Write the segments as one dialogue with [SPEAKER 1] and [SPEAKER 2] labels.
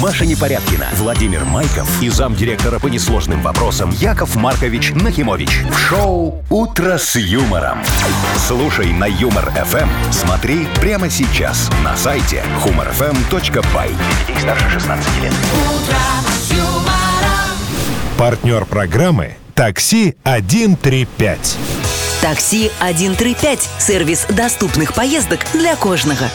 [SPEAKER 1] Маша Непорядкина, Владимир Майков и замдиректора по несложным вопросам Яков Маркович Нахимович. В шоу «Утро с юмором». Слушай на «Юмор-ФМ». Смотри прямо сейчас на сайте humorfm.by. Для детей старше 16 лет.
[SPEAKER 2] Партнер программы «Такси 135».
[SPEAKER 3] Такси 135 – сервис доступных поездок для кожного.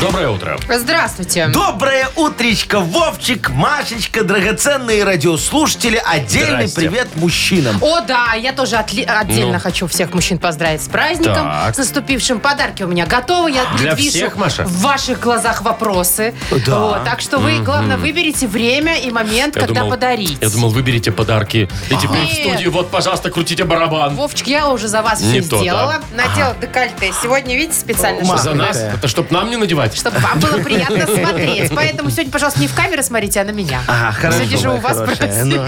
[SPEAKER 4] Доброе утро.
[SPEAKER 5] Здравствуйте.
[SPEAKER 6] Доброе утречко, Вовчик, Машечка, драгоценные радиослушатели. Отдельный
[SPEAKER 4] Здрасте.
[SPEAKER 6] привет мужчинам.
[SPEAKER 5] О, да, я тоже отли- отдельно
[SPEAKER 4] Ну.
[SPEAKER 5] хочу всех мужчин поздравить с праздником.
[SPEAKER 4] Так.
[SPEAKER 5] С наступившим подарки у меня готовы. Я
[SPEAKER 4] Для
[SPEAKER 5] предвижу
[SPEAKER 4] всех, Маша?
[SPEAKER 5] в ваших глазах вопросы.
[SPEAKER 6] Да.
[SPEAKER 5] Вот, так что вы, главное, выберите время и момент,
[SPEAKER 4] Я
[SPEAKER 5] когда
[SPEAKER 4] думал-
[SPEAKER 5] подарить.
[SPEAKER 4] Я думал, выберите подарки. И теперь в
[SPEAKER 5] Нет.
[SPEAKER 4] студию, вот, пожалуйста, крутите барабан.
[SPEAKER 5] Вовчик, я уже за вас
[SPEAKER 4] Не
[SPEAKER 5] все
[SPEAKER 4] то, да.
[SPEAKER 5] сделала. Надела декольте. Сегодня, видите, специально,
[SPEAKER 6] Ма-
[SPEAKER 4] За
[SPEAKER 5] чтобы,
[SPEAKER 4] нас,
[SPEAKER 6] Маленькая.
[SPEAKER 4] это чтоб нам не надевать.
[SPEAKER 5] чтобы вам было приятно смотреть. Поэтому сегодня, пожалуйста, не в камеры смотрите, а на меня.
[SPEAKER 6] Ага,
[SPEAKER 4] Ну,
[SPEAKER 6] хорошо.
[SPEAKER 5] Сегодня же у
[SPEAKER 6] моя
[SPEAKER 5] вас
[SPEAKER 6] хорошая.
[SPEAKER 5] праздник.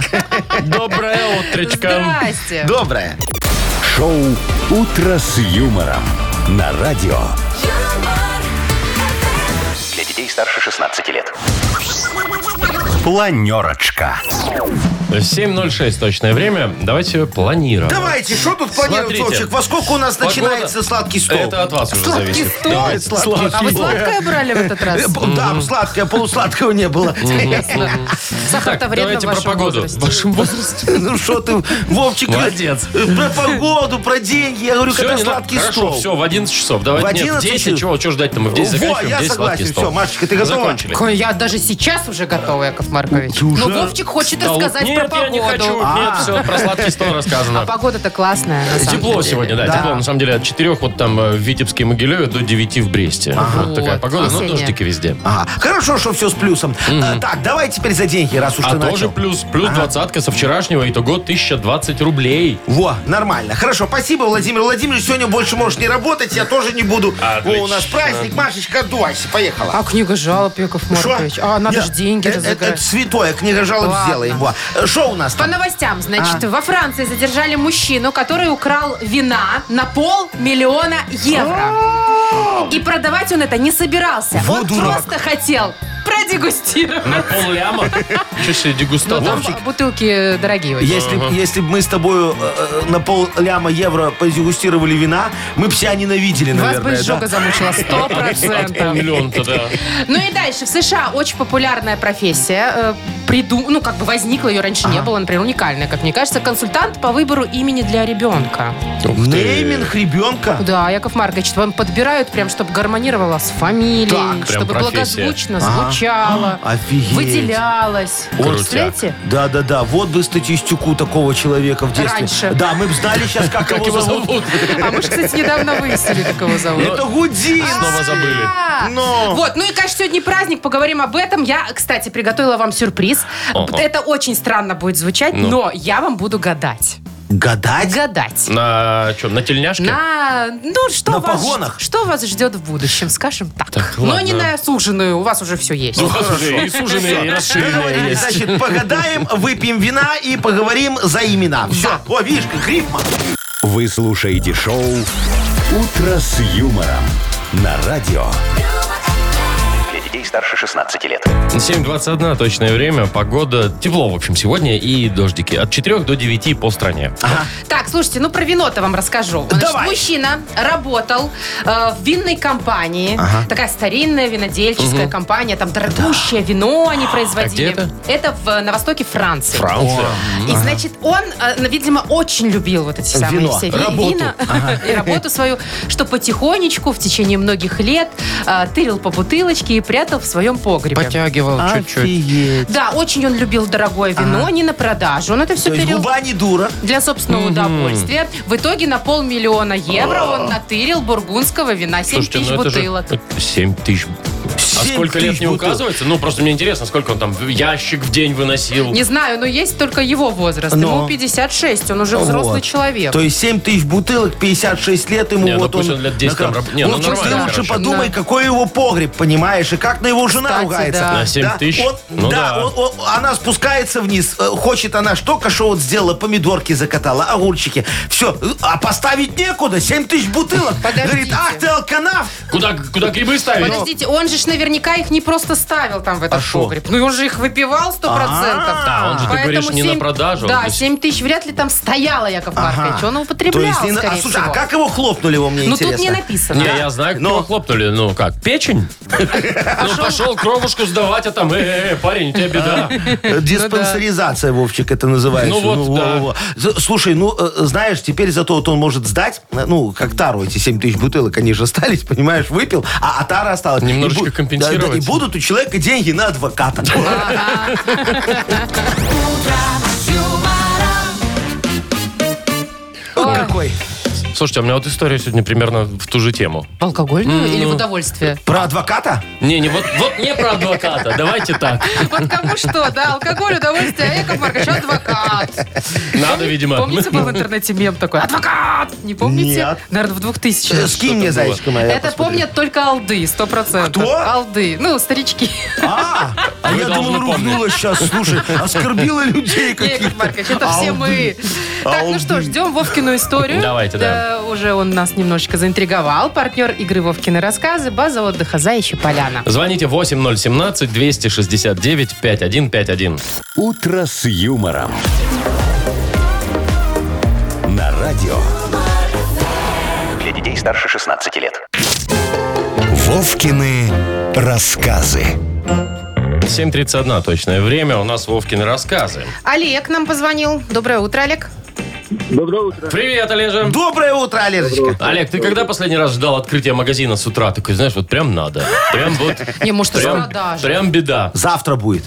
[SPEAKER 6] Ну,
[SPEAKER 4] Доброе утречко.
[SPEAKER 5] Здрасте.
[SPEAKER 6] Доброе.
[SPEAKER 1] Шоу «Утро с юмором» на радио. Для детей старше 16 лет. Планерочка.
[SPEAKER 4] 7.06 точное время. Давайте планировать.
[SPEAKER 6] Давайте, что тут планировать,
[SPEAKER 4] Смотрите.
[SPEAKER 6] Вовчик? Во сколько у нас
[SPEAKER 4] Погода-
[SPEAKER 6] начинается сладкий стол?
[SPEAKER 4] Э, Это от вас уже
[SPEAKER 5] Сладкий
[SPEAKER 4] зависит.
[SPEAKER 5] стол.
[SPEAKER 4] Давайте.
[SPEAKER 6] Сладкий
[SPEAKER 5] А вы сладкое брали в этот раз?
[SPEAKER 6] Э, б- Да, сладкое, полусладкого не было.
[SPEAKER 5] Сахар-то
[SPEAKER 4] Так,
[SPEAKER 5] вредно в
[SPEAKER 4] давайте про
[SPEAKER 5] вашем
[SPEAKER 4] погоду. В
[SPEAKER 5] возрасте.
[SPEAKER 4] вашем возрасте.
[SPEAKER 6] Ну что ты, Вовчик,
[SPEAKER 4] Молодец.
[SPEAKER 6] э, про погоду, про деньги. Я говорю,
[SPEAKER 4] Всё,
[SPEAKER 6] когда
[SPEAKER 4] не надо.
[SPEAKER 6] сладкий
[SPEAKER 4] Хорошо,
[SPEAKER 6] стол.
[SPEAKER 4] все, в 11 часов. Давайте,
[SPEAKER 6] В
[SPEAKER 4] нет, в
[SPEAKER 6] 11
[SPEAKER 4] 10, чего, чего ждать-то? Мы в 10
[SPEAKER 6] Во,
[SPEAKER 4] заканчиваем,
[SPEAKER 6] я
[SPEAKER 4] 10 сладкий
[SPEAKER 6] согласен.
[SPEAKER 4] стол.
[SPEAKER 6] Всё, Машечка, ты готова?
[SPEAKER 4] Закончили.
[SPEAKER 5] Ой, Я даже сейчас уже готова, Яков Маркович. Но Вовчик хочет
[SPEAKER 4] Да,
[SPEAKER 5] рассказать
[SPEAKER 4] нет,
[SPEAKER 5] про погоду.
[SPEAKER 4] я не хочу. Нет, все, про сладкий стол
[SPEAKER 5] А
[SPEAKER 4] рассказано.
[SPEAKER 5] погода-то классная. на самом
[SPEAKER 4] Тепло
[SPEAKER 5] деле.
[SPEAKER 4] сегодня, да, тепло, на самом деле, от 4 вот там э, в Витебске и Могилеве до 9 в Бресте. Вот такая
[SPEAKER 5] Вот,
[SPEAKER 4] погода, но
[SPEAKER 5] осенняя.
[SPEAKER 4] дождики везде.
[SPEAKER 6] Ага, хорошо, что все с плюсом. А, Так, давай теперь за деньги, раз уж
[SPEAKER 4] А
[SPEAKER 6] ты
[SPEAKER 4] тоже
[SPEAKER 6] начал.
[SPEAKER 4] плюс, плюс двадцатка со вчерашнего, итого 1020 рублей.
[SPEAKER 6] Во, нормально. Хорошо, спасибо, Владимир Владимирович. Сегодня больше можешь не работать, я тоже не буду.
[SPEAKER 4] Отлично.
[SPEAKER 6] О, у нас праздник, Машечка, отдувайся, поехала.
[SPEAKER 5] А книга жалоб, Яков
[SPEAKER 6] Шо?
[SPEAKER 5] Маркович. А, надо
[SPEAKER 6] Не,
[SPEAKER 5] же деньги
[SPEAKER 6] э, э, Это
[SPEAKER 5] разыграть.
[SPEAKER 6] святое, книга жалоб
[SPEAKER 5] Ладно.
[SPEAKER 6] сделаем. Во. Э, Шо у нас
[SPEAKER 5] По
[SPEAKER 6] там?
[SPEAKER 5] новостям, значит, во Франции задержали мужчину, который украл вина на полмиллиона евро. И продавать он это не собирался.
[SPEAKER 6] Во
[SPEAKER 5] он
[SPEAKER 6] дурак.
[SPEAKER 5] просто хотел продегустировать.
[SPEAKER 4] На полляма. Чуть себе
[SPEAKER 5] Но
[SPEAKER 4] дегустатор.
[SPEAKER 5] Ну, там бутылки дорогие очень.
[SPEAKER 6] Если, б- если бы мы с тобой на пол ляма евро подегустировали вина, мы бы себя ненавидели,
[SPEAKER 5] Вас бы
[SPEAKER 6] наверное. да?
[SPEAKER 5] изжога замучила, сто процентов.
[SPEAKER 4] Полмиллиона-то, да.
[SPEAKER 5] Ну и дальше. В США очень популярная профессия. э, Приду... Ну, как бы возникла, ее раньше не было. Например, уникальная, как мне кажется. Консультант по выбору имени для ребенка.
[SPEAKER 4] Ух ты.
[SPEAKER 6] Нейминг ребенка?
[SPEAKER 5] Да, Яков Маркович, вам подбирают прям, чтобы гармонировало с фамилией.
[SPEAKER 4] Так, прям
[SPEAKER 5] чтобы
[SPEAKER 4] профессия.
[SPEAKER 5] благозвучно звучало.
[SPEAKER 6] Офигеть.
[SPEAKER 5] Выделялось.
[SPEAKER 4] Крутяк.
[SPEAKER 5] Представляете?
[SPEAKER 6] Да-да-да, вот бы статистику такого человека в детстве.
[SPEAKER 5] Раньше.
[SPEAKER 6] Да, мы бы знали сейчас, как,
[SPEAKER 4] Как его зовут?
[SPEAKER 5] А мы же, кстати, недавно выяснили, как его зовут.
[SPEAKER 4] Ну,
[SPEAKER 6] Это Гудин.
[SPEAKER 4] Снова забыли.
[SPEAKER 5] А,
[SPEAKER 6] Но.
[SPEAKER 5] Вот, ну и, конечно, сегодня праздник, поговорим об этом. Я, кстати, приготовила вам сюрприз.
[SPEAKER 4] Ага.
[SPEAKER 5] Это очень странно будет звучать,
[SPEAKER 4] Ну.
[SPEAKER 5] но я вам буду гадать.
[SPEAKER 6] Гадать?
[SPEAKER 5] Гадать.
[SPEAKER 4] На чем? На тельняшке?
[SPEAKER 5] На, ну, что
[SPEAKER 6] На
[SPEAKER 5] вас,
[SPEAKER 6] погонах?
[SPEAKER 5] Что вас ждет в будущем, скажем так.
[SPEAKER 4] Так,
[SPEAKER 5] но
[SPEAKER 4] ладно.
[SPEAKER 5] не на суженую, у вас уже все есть.
[SPEAKER 4] Ну, у вас уже и суженые, и расширенные
[SPEAKER 6] Договорились,
[SPEAKER 4] есть.
[SPEAKER 6] значит, погадаем, выпьем вина и поговорим за имена. Все. О, видишь, как рифма.
[SPEAKER 1] Вы слушаете шоу «Утро с юмором» на радио. Для детей старше 16 лет.
[SPEAKER 4] 7.21 точное время, погода, тепло, в общем, сегодня и дождики. От 4 до 9 по стране.
[SPEAKER 5] Так, слушайте, ну про вино-то вам расскажу. Значит,
[SPEAKER 6] Давай.
[SPEAKER 5] мужчина работал э, в винной компании. Такая старинная винодельческая компания. Там дорогущее вино они производили.
[SPEAKER 4] где это?
[SPEAKER 5] Это в, э, на востоке Франции.
[SPEAKER 4] Франция.
[SPEAKER 5] И, значит, он, э, видимо, очень любил вот эти самые
[SPEAKER 6] Вино,
[SPEAKER 5] все ви-
[SPEAKER 6] работу.
[SPEAKER 5] вина и работу свою, что потихонечку в течение многих лет э, тырил по бутылочке и прятал в своем погребе.
[SPEAKER 4] Потягивал
[SPEAKER 6] Офигеть.
[SPEAKER 5] Да, очень он любил дорогое вино, а не на продажу. Он это все
[SPEAKER 6] А. То есть
[SPEAKER 5] тырил
[SPEAKER 6] губа не дура.
[SPEAKER 5] для собственного удовольствия. В итоге на полмиллиона евро
[SPEAKER 6] А.
[SPEAKER 5] он натырил бургундского вина. 7
[SPEAKER 4] Слушайте,
[SPEAKER 5] тысяч
[SPEAKER 4] ну это
[SPEAKER 5] бутылок.
[SPEAKER 4] же... 7 тысяч... А
[SPEAKER 6] Семь
[SPEAKER 4] сколько лет
[SPEAKER 6] тысяч
[SPEAKER 4] не
[SPEAKER 6] бутылок.
[SPEAKER 4] указывается? Ну, просто мне интересно, сколько он там в ящик в день выносил.
[SPEAKER 5] Не знаю, но есть только его возраст.
[SPEAKER 6] Но.
[SPEAKER 5] Ему 56, он уже взрослый
[SPEAKER 6] Вот.
[SPEAKER 5] человек.
[SPEAKER 6] То есть 7 тысяч бутылок, 56 лет ему
[SPEAKER 4] Не, ну
[SPEAKER 6] вот
[SPEAKER 4] пусть
[SPEAKER 6] он...
[SPEAKER 4] он лет 10 там
[SPEAKER 6] накрал.
[SPEAKER 4] раб- не, ну
[SPEAKER 6] Вот ты
[SPEAKER 4] нормально,
[SPEAKER 6] лучше
[SPEAKER 4] короче.
[SPEAKER 6] подумай,
[SPEAKER 5] Да.
[SPEAKER 6] какой его погреб, понимаешь, и как на его жена
[SPEAKER 5] Кстати,
[SPEAKER 6] ругается.
[SPEAKER 5] да.
[SPEAKER 4] На семь
[SPEAKER 6] Да,
[SPEAKER 4] тысяч?
[SPEAKER 6] он-
[SPEAKER 4] Ну да.
[SPEAKER 6] да, он- он- она спускается вниз. Э, Хочет она что, кашо вот сделала, помидорки закатала, огурчики. Все, а поставить некуда, 7 тысяч бутылок.
[SPEAKER 5] Подождите.
[SPEAKER 6] Говорит, ах ты алканав,
[SPEAKER 4] Куда, куда грибы ставить?
[SPEAKER 5] Подождите, он же ж наверняка их не просто ставил там в этот
[SPEAKER 6] А шо?
[SPEAKER 5] погреб. Ну, и он же их выпивал 100%. процентов.
[SPEAKER 4] Да, он же, ты говоришь, не на продажу, он
[SPEAKER 5] Да,
[SPEAKER 4] же с-
[SPEAKER 5] 7 тысяч вряд ли там стояло, Яков Маркович. Он
[SPEAKER 6] А. То
[SPEAKER 5] употреблял,
[SPEAKER 6] есть не на- а,
[SPEAKER 5] скорее
[SPEAKER 6] слушай, а
[SPEAKER 5] всего.
[SPEAKER 6] как его хлопнули его, мне
[SPEAKER 5] Ну,
[SPEAKER 6] интересно?
[SPEAKER 5] тут не написано.
[SPEAKER 4] Не, я знаю, как
[SPEAKER 6] Но-
[SPEAKER 4] его хлопнули. Ну как, печень? Ну пошел кровушку сдавать, а там, э, э, э, парень, у тебя беда.
[SPEAKER 6] Э, Диспансеризация, Вовчик, это называется.
[SPEAKER 4] Ну вот, да.
[SPEAKER 6] З- Слушай, ну, э, знаешь, теперь зато вот он может сдать, э, ну, как тару эти 7 тысяч бутылок, они же остались, понимаешь, выпил, а, а тара осталась.
[SPEAKER 4] Немножечко
[SPEAKER 6] И бу-
[SPEAKER 4] компенсировать.
[SPEAKER 6] Да, да, и будут у человека деньги на адвоката. Вот какой.
[SPEAKER 4] Слушайте, а у меня вот история сегодня примерно в ту же тему.
[SPEAKER 5] Алкогольную ну, или
[SPEAKER 6] ну,
[SPEAKER 5] в удовольствие?
[SPEAKER 6] Про адвоката?
[SPEAKER 4] Не, не, вот, вот не про адвоката, давайте так.
[SPEAKER 5] Вот кому что, да, алкоголь, удовольствие, а Яков Маркович адвокат.
[SPEAKER 4] Надо, видимо.
[SPEAKER 5] Помните, был в интернете мем такой? Адвокат! Не помните?
[SPEAKER 6] Нет.
[SPEAKER 5] Наверное, в 2000
[SPEAKER 6] Э, Скинь мне, зайчка моя. я
[SPEAKER 5] Это
[SPEAKER 6] посмотрю.
[SPEAKER 5] помнят только алды, сто процентов.
[SPEAKER 6] Кто?
[SPEAKER 5] Алды. Ну, старички.
[SPEAKER 6] А, а
[SPEAKER 4] Вы
[SPEAKER 6] я
[SPEAKER 4] должны
[SPEAKER 6] думал,
[SPEAKER 4] помнить.
[SPEAKER 6] ругнулась сейчас, слушай, оскорбила людей
[SPEAKER 5] Яков
[SPEAKER 6] каких-то. А
[SPEAKER 5] Маркович, это все
[SPEAKER 6] Алды.
[SPEAKER 5] мы. Так, ну
[SPEAKER 6] Алды.
[SPEAKER 5] что, ждем Вовкину историю.
[SPEAKER 4] Давайте, да.
[SPEAKER 5] Уже он нас немножечко заинтриговал. Партнер игры Вовкины рассказы. База отдыха Заячья Поляна.
[SPEAKER 4] Звоните 8017-269-5151.
[SPEAKER 1] «Утро с юмором». На радио.
[SPEAKER 7] Для детей старше 16 лет.
[SPEAKER 1] Вовкины рассказы.
[SPEAKER 4] 7.31 точное время. У нас Вовкины рассказы.
[SPEAKER 5] Олег нам позвонил. Доброе утро, Олег.
[SPEAKER 4] Привет, Олежа.
[SPEAKER 6] Доброе утро, Олежечка.
[SPEAKER 4] Олег, ты когда последний раз ждал открытия магазина с утра? Такой, знаешь, вот прям надо. Прям вот...
[SPEAKER 5] Не, может, из
[SPEAKER 4] Прям,
[SPEAKER 5] продажи.
[SPEAKER 4] прям беда.
[SPEAKER 6] Завтра будет.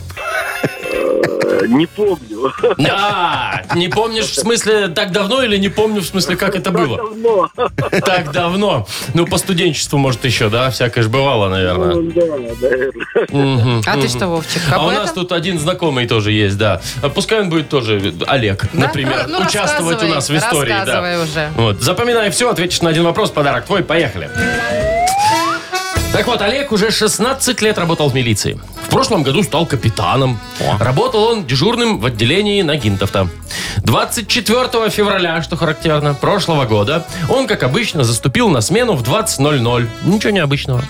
[SPEAKER 8] Не помню.
[SPEAKER 4] Да, А, не помнишь в смысле так давно или не помню в смысле как это было?
[SPEAKER 8] Давно.
[SPEAKER 4] Так давно. Ну, по студенчеству, может, еще, да? Всякое ж бывало, наверное.
[SPEAKER 5] Ну,
[SPEAKER 8] Да, наверное.
[SPEAKER 4] Мгм.
[SPEAKER 5] А ты что, Вовчик,
[SPEAKER 4] А
[SPEAKER 5] об
[SPEAKER 4] у
[SPEAKER 5] этом?
[SPEAKER 4] нас тут один знакомый тоже есть, да. А Пускай он будет тоже Олег,
[SPEAKER 5] Да?
[SPEAKER 4] например,
[SPEAKER 5] Ну,
[SPEAKER 4] участвовать у
[SPEAKER 5] рассказывай,
[SPEAKER 4] нас в истории.
[SPEAKER 5] рассказывай
[SPEAKER 4] Да.
[SPEAKER 5] уже.
[SPEAKER 4] Вот. Запоминай все, ответишь на один вопрос, подарок твой, поехали. Так вот, Олег уже 16 лет работал в милиции. В прошлом году стал капитаном. Работал он дежурным в отделении Нагинтовта. 24 февраля, что характерно, прошлого года, он, как обычно, заступил на смену в 20.00. Ничего необычного.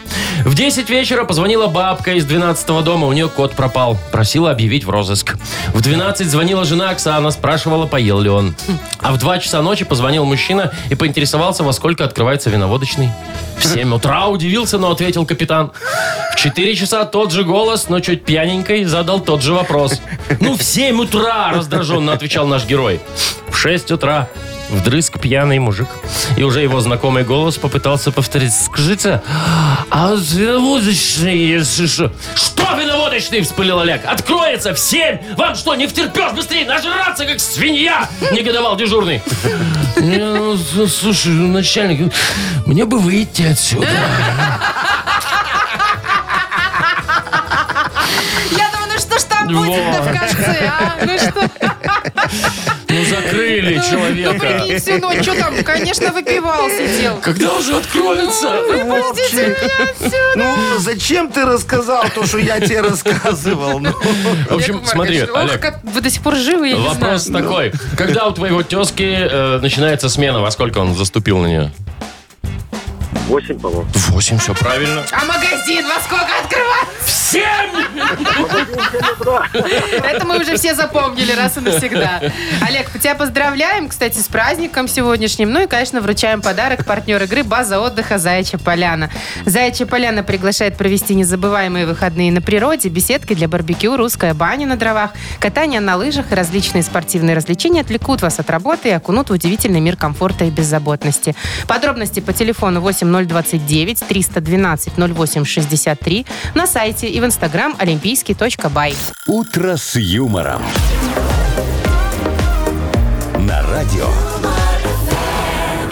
[SPEAKER 4] В 10 вечера позвонила бабка из 12 дома, у нее кот пропал. Просила объявить в розыск. В 12 звонила жена Оксана, спрашивала, поел ли он. А в 2 часа ночи позвонил мужчина и поинтересовался, во сколько открывается виноводочный. В 7 утра удивился, но ответил капитан. В 4 часа тот же голос, но чуть пьяненькой, задал тот же вопрос. Ну, в 7 утра, раздраженно отвечал наш герой. В 6 утра вдрызг пьяный мужик. И уже его знакомый голос попытался повторить. Скажите, а виноводочный, если что... Что виноводочный, вспылил Олег. Откроется в 7. Вам что, не втерпешь быстрее нажраться, как свинья? Негодовал дежурный. «Не, ну, с- Слушай, ну, начальник, мне бы выйти отсюда.
[SPEAKER 5] Я думаю, ну что ж там будет-то в
[SPEAKER 4] Вот.
[SPEAKER 5] конце, а? Ну что?
[SPEAKER 4] Ну, закрыли
[SPEAKER 5] Ну, прикинь, всю ночь, что там, конечно, выпивал, сидел.
[SPEAKER 4] Когда уже откроется?
[SPEAKER 5] Выпустите меня отсюда.
[SPEAKER 6] Ну, зачем ты рассказал то, что я тебе рассказывал? Ну,
[SPEAKER 4] В общем,
[SPEAKER 5] Яков
[SPEAKER 4] смотри,
[SPEAKER 5] Маркович, ох,
[SPEAKER 4] Олег,
[SPEAKER 5] как вы до сих пор живы, я не знаю.
[SPEAKER 4] вопрос такой. Когда у твоего тезки э, начинается смена, во сколько он заступил на нее?
[SPEAKER 8] Восемь, по-моему.
[SPEAKER 4] Восемь, все правильно.
[SPEAKER 5] А магазин во сколько открывать?
[SPEAKER 4] Семь!
[SPEAKER 5] Это мы уже все запомнили раз и навсегда. Олег, мы тебя поздравляем, кстати, с праздником сегодняшним. Ну и, конечно, вручаем подарок партнер игры «База отдыха Заячья Поляна». Заячья Поляна приглашает провести незабываемые выходные на природе, беседки для барбекю, русская баня на дровах, катание на лыжах и различные спортивные развлечения отвлекут вас от работы и окунут в удивительный мир комфорта и беззаботности. Подробности по телефону 8029 312 08 63 на сайте и в инстаграм олимпийский.бай.
[SPEAKER 1] «Утро с юмором». На радио.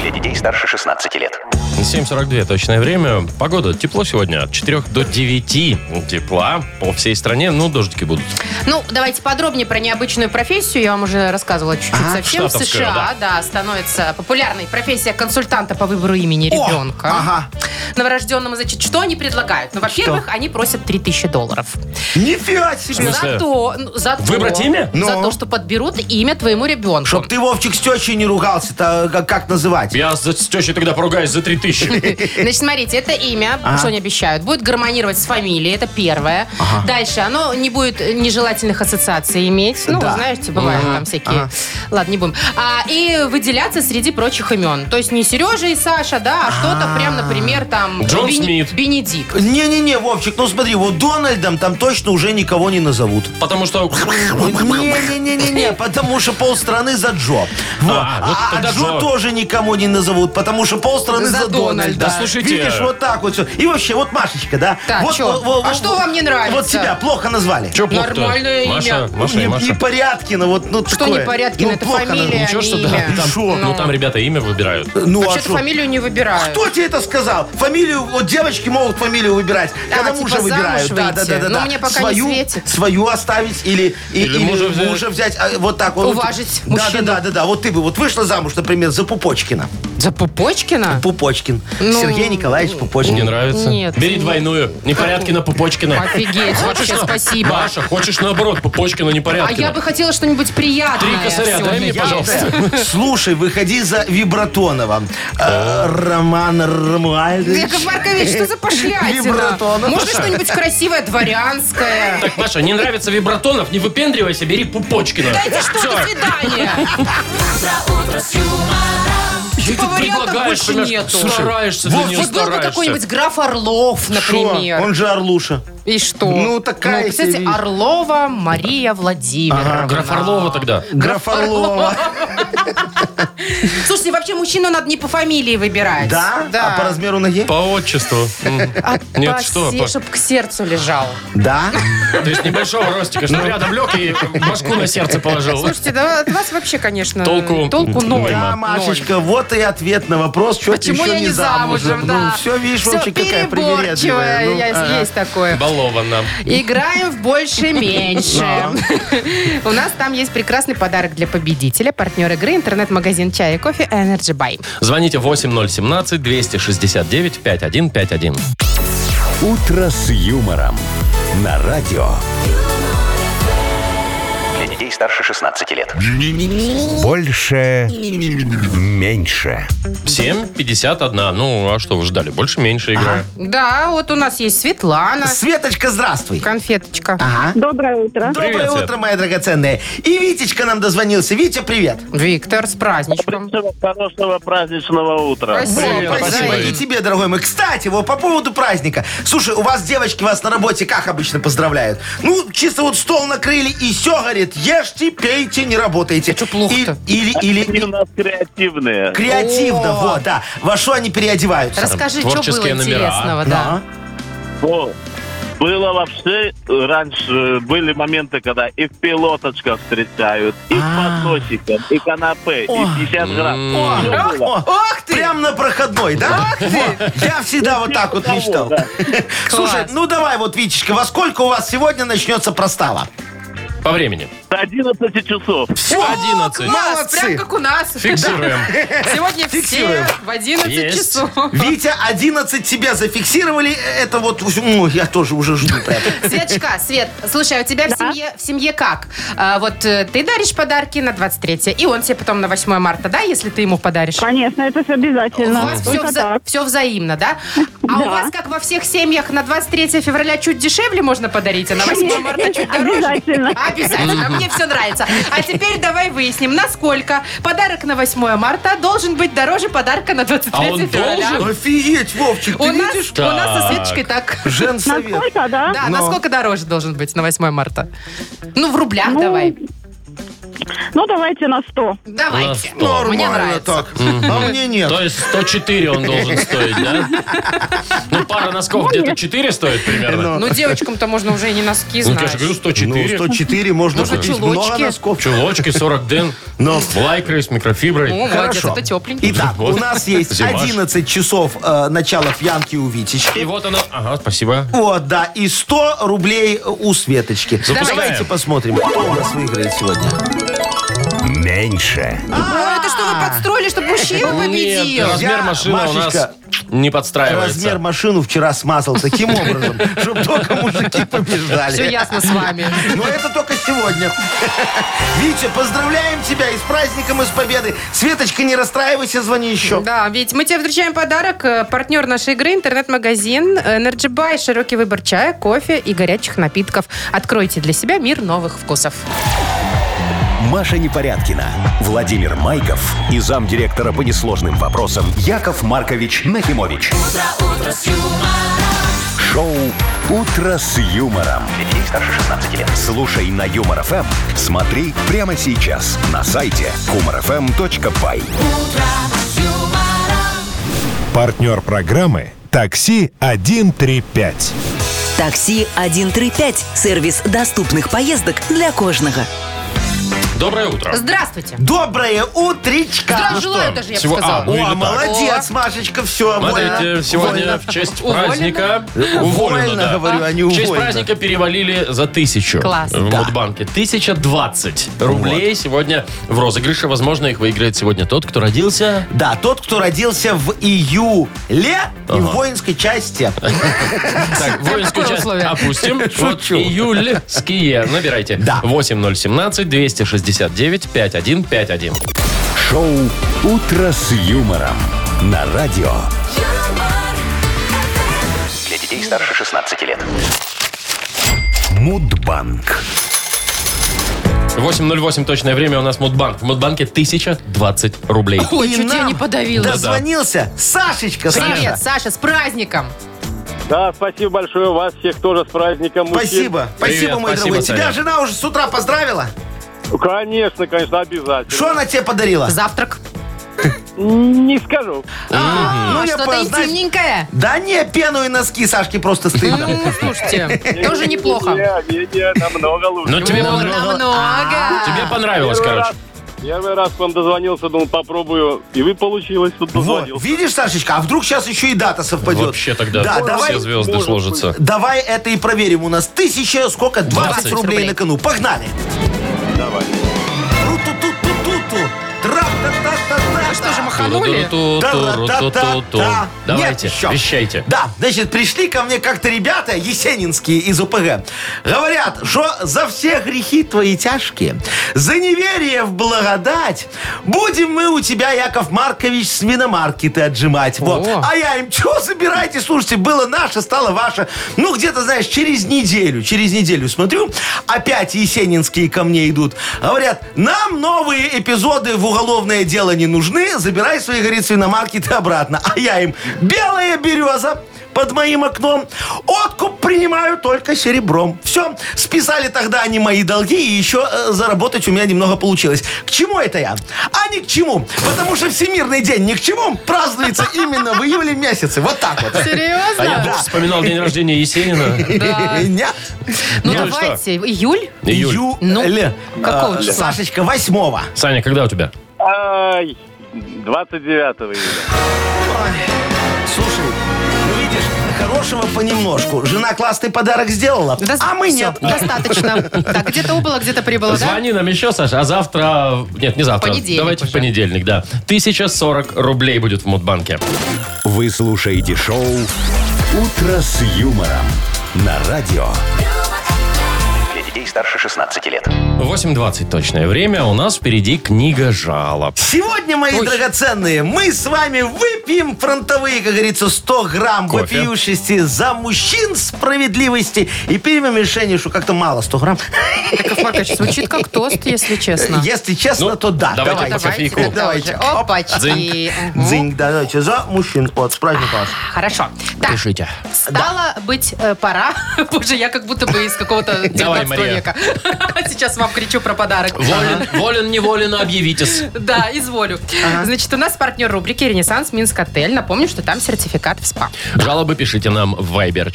[SPEAKER 7] Для детей старше 16 лет.
[SPEAKER 4] 7.42 точное время. Погода. Тепло сегодня от 4 до 9. Тепла по всей стране. Ну, дождики будут.
[SPEAKER 5] Ну, давайте подробнее про необычную профессию. Я вам уже рассказывала чуть-чуть совсем. В
[SPEAKER 4] штатовская,
[SPEAKER 5] США, да. становится популярной профессия консультанта по выбору имени ребенка.
[SPEAKER 6] Ага.
[SPEAKER 5] Новорожденному, значит, что они предлагают? Ну, во-первых, они просят 3000 долларов.
[SPEAKER 6] Нифига себе!
[SPEAKER 4] смысле?
[SPEAKER 5] За то, ну, за то-
[SPEAKER 4] Выбрать имя?
[SPEAKER 5] За
[SPEAKER 6] Ну.
[SPEAKER 5] то, что подберут имя твоему ребенку.
[SPEAKER 6] Чтоб ты, Вовчик, с тещей не ругался, то как называть?
[SPEAKER 4] Я за- с тещей тогда поругаюсь за 3000 пищи.
[SPEAKER 5] Значит, смотрите, это имя, что они обещают, будет гармонировать с фамилией, это первое. Дальше оно не будет нежелательных ассоциаций иметь. Ну,
[SPEAKER 6] Да.
[SPEAKER 5] вы знаете, бывают там всякие. Ладно, не будем. А, и выделяться среди прочих имен. То есть не Сережа и Саша, да, а что-то прям, например, там...
[SPEAKER 4] Джон
[SPEAKER 5] Бен-
[SPEAKER 4] Смит.
[SPEAKER 5] Бенедикт.
[SPEAKER 6] Не-не-не, Вовчик, ну смотри, вот Дональдом там точно уже никого не назовут.
[SPEAKER 4] Потому что...
[SPEAKER 6] Не-не-не-не-не, потому что полстраны за Джо. Во.
[SPEAKER 4] А, вот
[SPEAKER 6] А, а
[SPEAKER 4] тогда
[SPEAKER 6] Джо
[SPEAKER 4] Джо.
[SPEAKER 6] тоже никому не назовут, потому что полстраны
[SPEAKER 5] За
[SPEAKER 6] за
[SPEAKER 5] Дональда.
[SPEAKER 6] Дональда.
[SPEAKER 4] Да слушайте.
[SPEAKER 6] Видишь, вот так вот все. И вообще, вот Машечка, да?
[SPEAKER 5] Так,
[SPEAKER 6] вот,
[SPEAKER 5] чё?
[SPEAKER 6] во- во-
[SPEAKER 5] А
[SPEAKER 6] во-
[SPEAKER 5] что вам не нравится?
[SPEAKER 6] Вот тебя плохо назвали.
[SPEAKER 4] Че плохо
[SPEAKER 5] Нормальное имя.
[SPEAKER 4] Маша, Маша и
[SPEAKER 6] Ну, Не,
[SPEAKER 4] Маша.
[SPEAKER 6] Непорядкина, вот ну,
[SPEAKER 5] Что
[SPEAKER 6] такое.
[SPEAKER 5] Непорядкина?
[SPEAKER 6] Ну,
[SPEAKER 5] Это
[SPEAKER 6] плохо
[SPEAKER 5] фамилия,
[SPEAKER 4] Ничего,
[SPEAKER 5] а
[SPEAKER 4] что
[SPEAKER 5] не
[SPEAKER 4] да.
[SPEAKER 5] имя.
[SPEAKER 4] Там-
[SPEAKER 6] Шо?
[SPEAKER 4] ну, там ребята имя выбирают.
[SPEAKER 6] наз- Ну, а
[SPEAKER 5] Вообще-то
[SPEAKER 6] что?
[SPEAKER 5] фамилию не выбирают.
[SPEAKER 6] А Кто тебе это сказал? Фамилию, вот девочки могут фамилию выбирать,
[SPEAKER 5] А,
[SPEAKER 6] когда
[SPEAKER 5] типа
[SPEAKER 6] мужа
[SPEAKER 5] замуж
[SPEAKER 6] выбирают. Да, да,
[SPEAKER 5] выйти.
[SPEAKER 6] да, да,
[SPEAKER 5] Ну,
[SPEAKER 6] да.
[SPEAKER 5] мне пока не
[SPEAKER 6] свою,
[SPEAKER 5] светит.
[SPEAKER 6] свою оставить или, и-
[SPEAKER 4] Или
[SPEAKER 6] или
[SPEAKER 4] мужа
[SPEAKER 6] мужа,
[SPEAKER 4] взять.
[SPEAKER 6] взять. а, вот так вот.
[SPEAKER 5] Уважить
[SPEAKER 6] да,
[SPEAKER 5] мужчину.
[SPEAKER 6] Да, да, да, да. Вот ты бы вот вышла замуж, например, за Пупочкина.
[SPEAKER 5] За Пупочкина?
[SPEAKER 6] Пупочкин.
[SPEAKER 5] Ну,
[SPEAKER 6] Сергей Николаевич Пупочкин.
[SPEAKER 4] Не нравится?
[SPEAKER 5] Нет.
[SPEAKER 4] Бери двойную. Непорядкина, Пупочкина.
[SPEAKER 5] Офигеть, вообще
[SPEAKER 4] на-
[SPEAKER 5] спасибо.
[SPEAKER 4] Маша, хочешь наоборот, Пупочкина,
[SPEAKER 5] А я
[SPEAKER 4] Непорядкина.
[SPEAKER 5] бы хотела что-нибудь приятное.
[SPEAKER 4] Три косаря,
[SPEAKER 5] всё-таки.
[SPEAKER 4] дай мне, пожалуйста.
[SPEAKER 6] Слушай, выходи за Вибратонова. Э, Роман Романович.
[SPEAKER 5] Яков Маркович, что за пошлятина?
[SPEAKER 6] Вибратонов.
[SPEAKER 5] Можно что-нибудь красивое, дворянское?
[SPEAKER 4] Так, Маша, не нравится вибратонов, не выпендривайся, бери Пупочкина.
[SPEAKER 5] Дайте что,
[SPEAKER 4] Всё.
[SPEAKER 5] до свидания.
[SPEAKER 4] Ты
[SPEAKER 5] По вариантам
[SPEAKER 4] предлагаешь,
[SPEAKER 5] а больше
[SPEAKER 4] понимаешь,
[SPEAKER 5] нету.
[SPEAKER 4] Стараешься,
[SPEAKER 5] Вот
[SPEAKER 4] за нее
[SPEAKER 5] вот был бы
[SPEAKER 4] стараешься.
[SPEAKER 5] какой-нибудь граф Орлов, например.
[SPEAKER 6] Шо? Он же Орлуша.
[SPEAKER 5] И что?
[SPEAKER 6] Ну, такая
[SPEAKER 5] Ну, кстати,
[SPEAKER 6] себе.
[SPEAKER 5] Орлова Мария Владимировна.
[SPEAKER 4] Граф Орлова тогда.
[SPEAKER 6] Граф Орлова.
[SPEAKER 5] Слушайте, вообще мужчину надо не по фамилии выбирать. А
[SPEAKER 6] Да?
[SPEAKER 5] Да.
[SPEAKER 6] А по размеру ноги?
[SPEAKER 4] По отчеству. М. Нет, что? по-
[SPEAKER 5] Чтобы к сердцу лежал.
[SPEAKER 6] Да.
[SPEAKER 4] То есть небольшого ростика, что рядом лег и башку на сердце положил.
[SPEAKER 5] Слушайте, да от вас вообще, конечно,
[SPEAKER 4] Толку
[SPEAKER 5] толку ноль.
[SPEAKER 4] ноль.
[SPEAKER 6] Да, Машечка, вот и ответ на вопрос, что
[SPEAKER 5] Почему
[SPEAKER 6] ты еще
[SPEAKER 5] я не замужем, да.
[SPEAKER 6] Ну, все, видишь,
[SPEAKER 5] Всё
[SPEAKER 6] вообще какая
[SPEAKER 5] переборчивая,
[SPEAKER 6] привередливая. Ну,
[SPEAKER 5] я-
[SPEAKER 6] ага.
[SPEAKER 5] Есть такое.
[SPEAKER 4] Балованно.
[SPEAKER 5] Играем в больше-меньше. У нас там есть прекрасный подарок для победителя. Партнер игры интернет-магазин чая и кофе Energy Buy.
[SPEAKER 4] Звоните 8017-269-5151.
[SPEAKER 1] «Утро с юмором» на радио.
[SPEAKER 7] Для детей старше 16 лет.
[SPEAKER 2] Больше.
[SPEAKER 1] Меньше.
[SPEAKER 4] 7.51. Ну, а что вы ждали? Больше-меньше игра.
[SPEAKER 5] Да, вот у нас есть Светлана.
[SPEAKER 6] Светочка, здравствуй.
[SPEAKER 5] Конфеточка.
[SPEAKER 9] Доброе утро.
[SPEAKER 4] Привет,
[SPEAKER 6] Доброе
[SPEAKER 4] Свет.
[SPEAKER 6] утро, моя драгоценная. И Витечка нам дозвонился. Витя, привет.
[SPEAKER 5] Виктор, с праздничком.
[SPEAKER 8] Хорошего праздничного утра.
[SPEAKER 5] Спасибо.
[SPEAKER 4] Привет,
[SPEAKER 5] Зай.
[SPEAKER 4] спасибо.
[SPEAKER 6] И тебе, дорогой мой. Кстати, вот по поводу праздника. Слушай, у вас девочки вас на работе как обычно поздравляют? Ну, чисто вот стол накрыли и все, говорит, ешьте, пейте, не работайте.
[SPEAKER 5] чё плохо-то?
[SPEAKER 6] И- Или, или,
[SPEAKER 8] Они у нас креативные.
[SPEAKER 6] креативно,
[SPEAKER 5] О.
[SPEAKER 6] вот, да. Во что они переодеваются?
[SPEAKER 5] Расскажи, что было
[SPEAKER 4] Творческие номера.
[SPEAKER 5] интересного, да.
[SPEAKER 8] О, Было вообще, э, раньше э, были моменты, когда и в пилоточках встречают, и с подносиком, и канапе, и 50 грамм. Всё было.
[SPEAKER 6] О,
[SPEAKER 5] Ох ты!
[SPEAKER 6] Прям на проходной, да? Вот. Я всегда вот так вот
[SPEAKER 8] того,
[SPEAKER 6] мечтал.
[SPEAKER 8] да.
[SPEAKER 6] Слушай, ну давай вот, Витечка, во сколько у вас сегодня начнется простава?
[SPEAKER 4] По времени.
[SPEAKER 8] До 11 часов.
[SPEAKER 4] 11.
[SPEAKER 5] Класс,
[SPEAKER 6] молодцы.
[SPEAKER 5] прям как у нас.
[SPEAKER 4] Фиксируем.
[SPEAKER 5] Сегодня все
[SPEAKER 6] Фиксируем.
[SPEAKER 5] в 11
[SPEAKER 4] Есть.
[SPEAKER 5] часов.
[SPEAKER 6] Витя, 11 тебя зафиксировали. э, Это вот, ну, я тоже уже жду. прям.
[SPEAKER 5] Светочка, Свет, слушай, а у тебя в, семье, в семье как? А, вот э, ты даришь подарки на 23 и он тебе потом на 8 марта, да, если ты ему подаришь?
[SPEAKER 9] Конечно, это все
[SPEAKER 5] У
[SPEAKER 9] обязательно.
[SPEAKER 5] вас все,
[SPEAKER 9] Только так.
[SPEAKER 5] взаимно, да? А у
[SPEAKER 9] Да.
[SPEAKER 5] вас, как во всех семьях, на 23 февраля чуть дешевле можно подарить, а на 8 марта чуть дороже?
[SPEAKER 9] Обязательно.
[SPEAKER 5] Обязательно, мне все нравится. А теперь давай выясним, насколько подарок на 8 марта должен быть дороже подарка на 23
[SPEAKER 4] А он
[SPEAKER 5] февраля.
[SPEAKER 4] должен?
[SPEAKER 6] Офигеть, Вовчик,
[SPEAKER 5] У
[SPEAKER 6] ты
[SPEAKER 5] нас,
[SPEAKER 6] видишь?
[SPEAKER 5] у нас со
[SPEAKER 4] Так.
[SPEAKER 5] Светочкой так.
[SPEAKER 6] Женсовет.
[SPEAKER 9] Насколько, да?
[SPEAKER 5] Да, насколько дороже должен быть на 8 марта? Ну, в рублях
[SPEAKER 9] Ну,
[SPEAKER 5] давай.
[SPEAKER 9] Ну, давайте на 100.
[SPEAKER 4] на
[SPEAKER 5] Давайте.
[SPEAKER 4] 100.
[SPEAKER 5] Мне
[SPEAKER 6] Нормально
[SPEAKER 5] нравится.
[SPEAKER 6] так. А мне нет.
[SPEAKER 4] То есть 104 он должен стоить, да? Ну, пара носков где-то 4 стоит примерно.
[SPEAKER 5] Ну, девочкам-то можно уже и не носки
[SPEAKER 4] Ну,
[SPEAKER 5] знать.
[SPEAKER 4] конечно, говорю,
[SPEAKER 6] Ну,
[SPEAKER 4] 104.
[SPEAKER 6] 104 можно
[SPEAKER 5] Может,
[SPEAKER 6] купить.
[SPEAKER 5] чулочки?
[SPEAKER 6] Много носков.
[SPEAKER 4] Чулочки, 40 ден,
[SPEAKER 6] Ну.
[SPEAKER 4] лайкры с
[SPEAKER 5] О,
[SPEAKER 4] микрофиброй.
[SPEAKER 5] молодец,
[SPEAKER 6] Хорошо.
[SPEAKER 5] это тепленький.
[SPEAKER 6] Итак,
[SPEAKER 4] Вот.
[SPEAKER 6] у нас есть
[SPEAKER 4] Зима ж.
[SPEAKER 6] 11 часов э, начала пьянки у Витечки.
[SPEAKER 4] И вот она. Ага, спасибо.
[SPEAKER 6] Вот, да, и 100 рублей у Светочки.
[SPEAKER 4] Запускаем.
[SPEAKER 6] Давайте посмотрим, кто у нас выиграет сегодня.
[SPEAKER 1] Меньше.
[SPEAKER 5] Ой, это что вы подстроили, чтобы мужчина
[SPEAKER 4] Нет,
[SPEAKER 5] победил?
[SPEAKER 4] Размер машины у нас
[SPEAKER 6] Машечка,
[SPEAKER 4] не подстраивается.
[SPEAKER 6] Размер машину вчера смазал таким образом, чтобы только мужики побеждали.
[SPEAKER 5] Все ясно с вами.
[SPEAKER 6] Но это только сегодня. Витя, поздравляем тебя и с праздником, и с победой. Светочка, не расстраивайся, звони еще.
[SPEAKER 5] Да, ведь мы тебе встречаем подарок. Э, Партнер нашей игры – интернет-магазин Energy Buy. Широкий выбор чая, кофе и горячих напитков. Откройте для себя мир новых вкусов.
[SPEAKER 1] Маша Непорядкина, Владимир Майков и замдиректора по несложным вопросам Яков Маркович Нахимович. Шоу Утро с юмором.
[SPEAKER 7] Детей старше 16 лет.
[SPEAKER 1] Слушай на Юмор ФМ. Смотри прямо сейчас на сайте humorfm.by.
[SPEAKER 2] Партнер программы «Такси 135».
[SPEAKER 3] Такси 135. Сервис доступных поездок для кожного.
[SPEAKER 4] Доброе утро.
[SPEAKER 5] Здравствуйте.
[SPEAKER 6] Доброе утречка.
[SPEAKER 5] Здравия желаю даже, я бы
[SPEAKER 4] Ну всего-
[SPEAKER 5] сказала.
[SPEAKER 4] а, ну и
[SPEAKER 6] О,
[SPEAKER 4] так.
[SPEAKER 6] молодец, Машечка, все,
[SPEAKER 4] Смотрите,
[SPEAKER 6] вольно.
[SPEAKER 4] сегодня
[SPEAKER 6] Вольно.
[SPEAKER 4] в честь
[SPEAKER 5] Уволено.
[SPEAKER 4] праздника уволено,
[SPEAKER 6] Вольно,
[SPEAKER 4] да.
[SPEAKER 6] говорю, а не
[SPEAKER 4] В честь
[SPEAKER 6] увольно.
[SPEAKER 4] праздника перевалили за тысячу
[SPEAKER 5] Класс.
[SPEAKER 4] в Мудбанке. 1020 рублей сегодня в розыгрыше. Возможно, их выиграет сегодня тот, кто родился...
[SPEAKER 6] Да, тот, кто родился в июле и в воинской части.
[SPEAKER 4] Так, воинскую
[SPEAKER 5] Какое
[SPEAKER 4] часть
[SPEAKER 5] условие?
[SPEAKER 4] опустим. Вот июльские. Набирайте.
[SPEAKER 6] Да.
[SPEAKER 4] 8017-269-5151.
[SPEAKER 1] Шоу Утро с юмором на радио.
[SPEAKER 7] Для детей старше 16 лет.
[SPEAKER 1] Мудбанк.
[SPEAKER 4] 8.08 точное время у нас Мудбанк. В Мудбанке 1020 рублей.
[SPEAKER 5] Ой,
[SPEAKER 6] И
[SPEAKER 5] чуть я
[SPEAKER 6] нам
[SPEAKER 5] не подавилась.
[SPEAKER 6] Дозвонился Сашечка.
[SPEAKER 5] Привет, Саша, с праздником.
[SPEAKER 8] Да, спасибо большое. Вас всех тоже с праздником. мужчин.
[SPEAKER 6] Спасибо.
[SPEAKER 4] Привет,
[SPEAKER 6] спасибо, мой
[SPEAKER 4] спасибо,
[SPEAKER 6] дорогой. Тебя
[SPEAKER 4] Саня.
[SPEAKER 6] жена уже с утра поздравила?
[SPEAKER 8] Ну, Конечно, конечно, обязательно.
[SPEAKER 6] Что она тебе подарила?
[SPEAKER 5] Завтрак.
[SPEAKER 8] Не скажу.
[SPEAKER 5] А,
[SPEAKER 6] Ну, я
[SPEAKER 5] Что-то
[SPEAKER 6] познать-
[SPEAKER 5] интимненькое.
[SPEAKER 6] Да не, пену и носки Сашке просто стыдно.
[SPEAKER 5] Ну, слушайте, тоже неплохо.
[SPEAKER 8] Не, не, не, намного лучше.
[SPEAKER 4] Ну, тебе
[SPEAKER 5] Ну,
[SPEAKER 4] понравилось.
[SPEAKER 5] намного.
[SPEAKER 4] Тебе понравилось,
[SPEAKER 8] Первый
[SPEAKER 4] короче.
[SPEAKER 8] раз, первый раз к вам дозвонился, думал, попробую. И вы получилось, тут
[SPEAKER 6] Вот,
[SPEAKER 8] дозвонился.
[SPEAKER 6] видишь, Сашечка, а вдруг сейчас еще и дата совпадет.
[SPEAKER 4] Вообще тогда
[SPEAKER 6] Да, давай,
[SPEAKER 4] все звезды
[SPEAKER 8] может
[SPEAKER 4] сложатся.
[SPEAKER 6] давай это и проверим. У нас тысяча, сколько? 20,
[SPEAKER 4] 20
[SPEAKER 6] рублей,
[SPEAKER 5] рублей.
[SPEAKER 6] на кону. Погнали.
[SPEAKER 8] Давай.
[SPEAKER 6] Ру-ту-ту-ту-ту-ту. Тра-та-та-та-та.
[SPEAKER 5] А Что же, маханули?
[SPEAKER 4] Ту-ру-ту-ту-ру-ту-ту-ту.
[SPEAKER 6] Да-да-да-да.
[SPEAKER 4] Давайте,
[SPEAKER 6] Нет, еще.
[SPEAKER 4] вещайте.
[SPEAKER 6] Да, значит, пришли ко мне как-то ребята есенинские из ОПГ. Говорят, что за все грехи твои тяжкие, за неверие в благодать, будем мы у тебя, Яков Маркович, с миномаркета отжимать. Вот.
[SPEAKER 5] О.
[SPEAKER 6] А я им, чего забирайте, слушайте, было наше, стало ваше. Ну, где-то, знаешь, через неделю, через неделю смотрю, опять есенинские ко мне идут. А Говорят, нам новые эпизоды в уголовное дело не нужны, забирай свои, говорит, свиномаркеты обратно. А я им, белая береза, под моим окном. Откуп принимаю только серебром. Все, списали тогда они мои долги, и еще э, заработать у меня немного получилось. К чему это я? А ни к чему. Потому что Всемирный день ни к чему празднуется именно в июле месяце. Вот так вот.
[SPEAKER 4] А я
[SPEAKER 5] Серьезно?
[SPEAKER 4] тут вспоминал день рождения Есенина.
[SPEAKER 6] Нет?
[SPEAKER 4] Ну,
[SPEAKER 5] Ну, давайте. Июль?
[SPEAKER 4] Июль.
[SPEAKER 6] Ю-
[SPEAKER 5] Ну,
[SPEAKER 6] ле-
[SPEAKER 5] какого
[SPEAKER 6] э,
[SPEAKER 5] числа?
[SPEAKER 6] Сашечка, восьмого.
[SPEAKER 4] Саня, когда у тебя?
[SPEAKER 8] Ай, 29 июля.
[SPEAKER 6] Слушай, ну видишь, хорошего понемножку. Жена классный подарок сделала,
[SPEAKER 5] Да,
[SPEAKER 6] а мы
[SPEAKER 5] всё,
[SPEAKER 6] нет.
[SPEAKER 5] Достаточно. Так, где-то убыло, где-то прибыло, да?
[SPEAKER 4] Звони нам еще, Саша, а завтра... Нет, не завтра.
[SPEAKER 5] Понедельник
[SPEAKER 4] Давайте в
[SPEAKER 5] уже.
[SPEAKER 4] понедельник, да. 1040 рублей будет в Мудбанке.
[SPEAKER 1] Вы слушаете шоу Утро с юмором на радио.
[SPEAKER 7] Для детей старше 16 лет.
[SPEAKER 4] 8.20 точное время, а у нас впереди книга жалоб.
[SPEAKER 6] Сегодня, мои драгоценные, мы с вами выпьем фронтовые, как говорится, 100 грамм
[SPEAKER 4] Кофе.
[SPEAKER 6] вопиющести за мужчин справедливости и примем решение, что как-то мало 100 грамм.
[SPEAKER 5] Яков Маркович, звучит как тост, если честно.
[SPEAKER 6] Если честно,
[SPEAKER 4] Ну,
[SPEAKER 6] то да.
[SPEAKER 4] давайте
[SPEAKER 6] Давай.
[SPEAKER 4] по кофейку.
[SPEAKER 5] тогда
[SPEAKER 6] Давайте.
[SPEAKER 5] уже. Опачки.
[SPEAKER 4] Дзынь.
[SPEAKER 5] Мгм.
[SPEAKER 6] Дзинь, да, давайте за мужчин. Вот, с праздником вас.
[SPEAKER 5] Хорошо. Так,
[SPEAKER 4] Пишите.
[SPEAKER 5] стала быть э, пора. Боже, я как будто бы из какого-то 19
[SPEAKER 4] Мария.
[SPEAKER 5] века. Сейчас вам кричу про подарок.
[SPEAKER 4] Волен, волен, неволен, объявитесь.
[SPEAKER 5] Да, изволю. Значит, у нас партнер рубрики «Ренессанс Минск Отель». Напомню, что там сертификат в СПА.
[SPEAKER 4] Жалобы пишите нам в Viber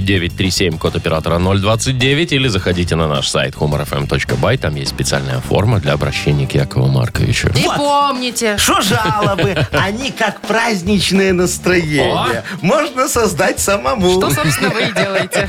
[SPEAKER 4] 42937, код оператора 029, или заходите на наш сайт humorfm.by, там есть специальная форма для обращения к Якову Марковичу.
[SPEAKER 5] И
[SPEAKER 6] Вот.
[SPEAKER 5] помните,
[SPEAKER 6] Что жалобы? Они как праздничное настроение. Можно создать самому.
[SPEAKER 5] что, собственно, вы и делаете.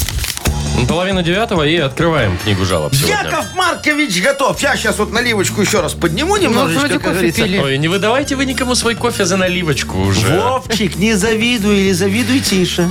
[SPEAKER 4] Ну, Половина девятого и открываем книгу жалоб сегодня.
[SPEAKER 6] Яков Маркович готов. Я сейчас вот наливочку еще раз подниму немножечко,
[SPEAKER 5] Ну, вроде
[SPEAKER 6] как
[SPEAKER 5] кофе
[SPEAKER 6] говорится.
[SPEAKER 5] пили.
[SPEAKER 4] Ой, не выдавайте вы никому свой кофе за наливочку уже.
[SPEAKER 6] Вовчик, не завидуй или завидуй тише.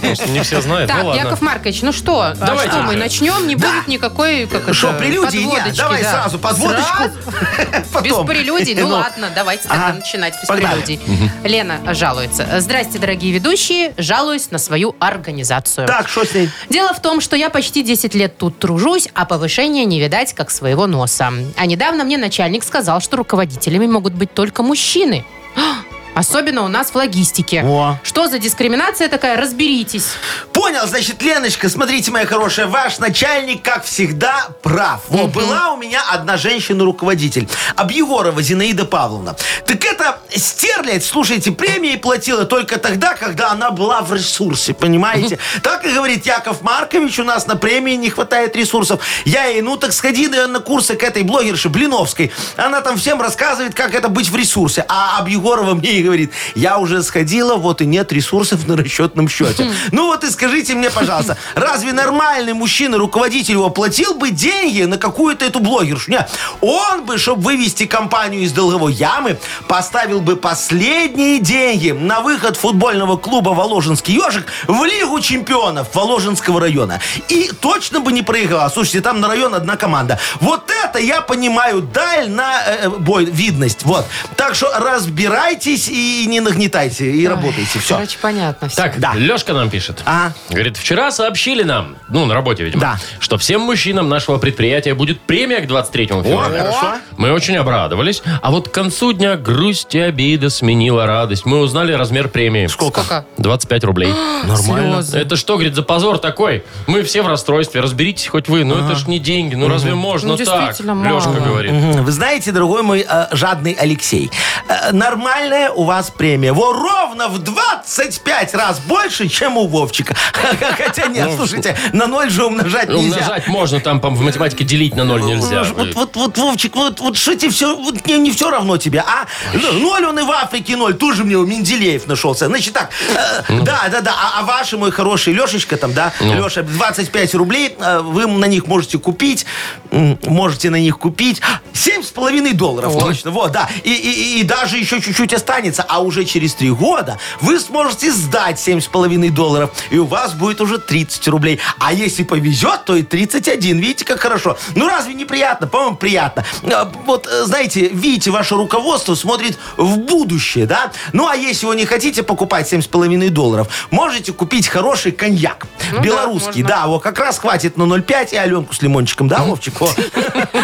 [SPEAKER 4] Просто не все знают.
[SPEAKER 5] Так,
[SPEAKER 4] ну ладно.
[SPEAKER 5] Яков Маркович, ну что, а
[SPEAKER 4] Давайте
[SPEAKER 5] что мы
[SPEAKER 4] уже.
[SPEAKER 5] начнем? Не
[SPEAKER 6] Да.
[SPEAKER 5] будет никакой как это,
[SPEAKER 6] Что, прелюдии? Нет,
[SPEAKER 5] подводочки,
[SPEAKER 6] давай
[SPEAKER 5] да.
[SPEAKER 6] сразу подводочку.
[SPEAKER 5] Сразу?
[SPEAKER 6] Потом.
[SPEAKER 5] Без прелюдий? Ну,
[SPEAKER 6] Ну.
[SPEAKER 5] ладно, давайте тогда
[SPEAKER 6] Ага.
[SPEAKER 5] начинать без
[SPEAKER 6] Погнали.
[SPEAKER 5] прелюдий. Лена жалуется. Здрасте, дорогие ведущие. Жалуюсь на свою организацию.
[SPEAKER 6] Так, что с ней?
[SPEAKER 5] Дело в том, что я почти 10 лет тут тружусь, а повышения не видать, как своего носа. А недавно мне начальник сказал, что руководителями могут быть только мужчины. Особенно у нас в логистике.
[SPEAKER 6] О.
[SPEAKER 5] Что за дискриминация такая? Разберитесь.
[SPEAKER 6] Понял, значит, Леночка, смотрите, моя хорошая, ваш начальник, как всегда, прав. Во, была у меня одна женщина-руководитель, Абьегорова Зинаида Павловна. Так это стерлядь, слушайте, премии платила только тогда, когда она была в ресурсе, понимаете? Так и говорит Яков Маркович, у нас на премии не хватает ресурсов. Я ей, ну так сходи да, на курсы к этой блогерше Блиновской. Она там всем рассказывает, как это быть в ресурсе. А Абьегорова мне и говорит, я уже сходила, вот и нет ресурсов на расчетном счете. Ну вот и скажите мне, пожалуйста, разве нормальный мужчина, руководитель его, платил бы деньги на какую-то эту блогершу? Нет. Он бы, чтобы вывести компанию из долговой ямы, поставил бы последние деньги на выход футбольного клуба «Воложенский ежик» в Лигу чемпионов Воложенского района. И точно бы не проиграл. Слушайте, там на район одна команда. Вот это я понимаю даль на э, бой, видность. Вот. Так что разбирайтесь и не нагнетайте, и работайте. Все.
[SPEAKER 5] Короче, понятно. Все.
[SPEAKER 4] Так,
[SPEAKER 6] Да.
[SPEAKER 4] Лешка нам пишет.
[SPEAKER 6] А?
[SPEAKER 4] Говорит, вчера сообщили нам, ну, на работе, видимо,
[SPEAKER 6] Да.
[SPEAKER 4] что всем мужчинам нашего предприятия будет премия к 23 февраля.
[SPEAKER 6] хорошо.
[SPEAKER 4] Мы очень обрадовались. А вот к концу дня грусть и обида сменила радость. Мы узнали размер премии.
[SPEAKER 5] Сколько?
[SPEAKER 4] 25 рублей.
[SPEAKER 5] Нормально. Слезы.
[SPEAKER 4] Это что, говорит, за позор такой? Мы все в расстройстве, разберитесь хоть вы. Ну, это ж не деньги, ну разве можно
[SPEAKER 5] Ну,
[SPEAKER 4] так?
[SPEAKER 5] действительно, мало.
[SPEAKER 4] Лешка говорит.
[SPEAKER 6] Мгм. Вы знаете, дорогой мой э, жадный Алексей, э, нормальная у вас премия. Во ровно в 25 раз больше, чем у Вовчика. Хотя нет, слушайте, на ноль же умножать нельзя.
[SPEAKER 4] Умножать можно, там по- в математике делить на ноль нельзя.
[SPEAKER 6] Ну, Вот, вот, вот, вот, Вовчик, вот, вот что тебе все, вот не, не все равно тебе, а? Ноль он и в Африке ноль, тоже мне у Менделеев нашелся. Значит так, э,
[SPEAKER 4] Ну
[SPEAKER 6] да, да, да, а, а ваши, мой хороший Лешечка там, да, Леша, 25 рублей, э, вы на них можете купить, м, можете на них купить 7,5 долларов, точно, вот, да. И, и- и даже еще чуть-чуть останется, а уже через три года вы сможете сдать 7,5 долларов, и у вас будет уже 30 рублей. А если повезет, то и 31. Видите, как хорошо. Ну, разве не приятно? По-моему, приятно. А, Вот, э, знаете, видите, ваше руководство смотрит в будущее, да? Ну, а если вы не хотите покупать 7,5 долларов, можете купить хороший коньяк. белорусский, да, вот как раз хватит на 0,5 и Аленку с лимончиком, да, Вовчик? Во.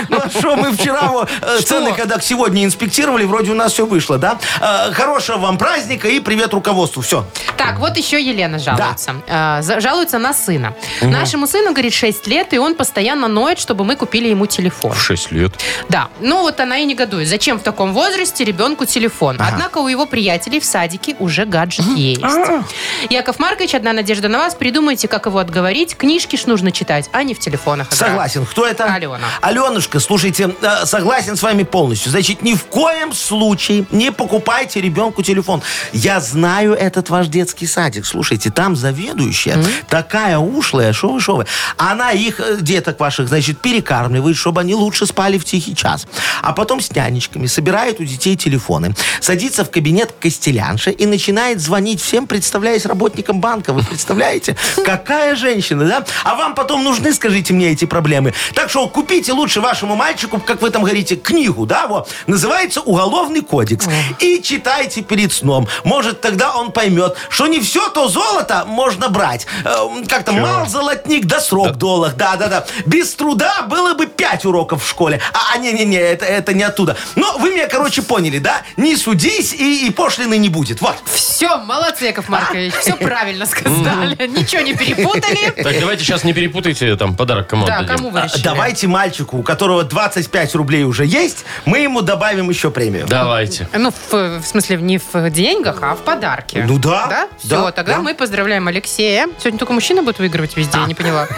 [SPEAKER 6] Ну, а что мы вчера во, э, цены, когда к сегодня инспектировали, вроде у нас все вышло, да? Э, Хорошего вам праздника и привет руководству. Все.
[SPEAKER 5] Так, вот еще Елена жалуется. Э, за- Жалуется на сына. Нашему сыну, говорит, 6 лет, и он постоянно ноет, чтобы мы купили ему телефон.
[SPEAKER 4] 6 лет.
[SPEAKER 5] Да, ну вот она и негодует. Зачем в таком возрасте ребенку телефон? Однако у его приятелей в садике уже гаджет есть.
[SPEAKER 6] А.
[SPEAKER 5] Яков Маркович, одна надежда на вас. Придумайте, как его отговорить. Книжки ж нужно читать, а не в телефонах. играть.
[SPEAKER 6] Согласен. Кто это?
[SPEAKER 5] Алена.
[SPEAKER 6] Аленушка, слушайте, э, согласен с вами полностью. Значит, ни в коем случае не покупайте ребенку телефон. Я знаю этот ваш детский садик. Слушайте, там заведующая такая ушлая, шо вы, шо вы. Она их э, деток ваших, значит, перекармливает, чтобы они лучше спали в тихий час. А потом с нянечками собирает у детей телефоны, садится в кабинет к костелянше и начинает звонить всем, представляясь работником банка. Вы представляете? Какая женщина, да? А вам потом нужны, скажите мне, эти проблемы. Так что купите лучше вашему мальчику, как вы там говорите, книгу, да, вот. Называется «Уголовный кодекс». И читайте перед сном. Может, тогда он поймет, что не все то золото можно брать. Эм, Как там, мал золотник, да срок доллар. Да-да-да. Без труда было бы пять уроков в школе. А, а, не-не-не, это, это не оттуда. Но вы меня, короче, поняли, да? Не судись и, и пошлины не будет. Вот.
[SPEAKER 5] Все, молодцы, Яков Маркович. Все правильно сказали. Ничего не перепутали.
[SPEAKER 4] Так, давайте сейчас не перепутайте там подарок кому
[SPEAKER 5] Да,
[SPEAKER 4] отдадим.
[SPEAKER 5] кому вы
[SPEAKER 6] А,
[SPEAKER 5] решили?
[SPEAKER 6] Давайте мальчику, у которого 25 рублей уже есть, мы ему добавим еще премию.
[SPEAKER 4] Давайте.
[SPEAKER 5] Ну, в, в смысле, не в деньгах, а в подарке.
[SPEAKER 6] Ну да.
[SPEAKER 5] Да? Все,
[SPEAKER 6] Да,
[SPEAKER 5] тогда
[SPEAKER 6] да.
[SPEAKER 5] мы поздравляем Алексея. Сегодня только мужчина будет выигрывать везде, я не поняла.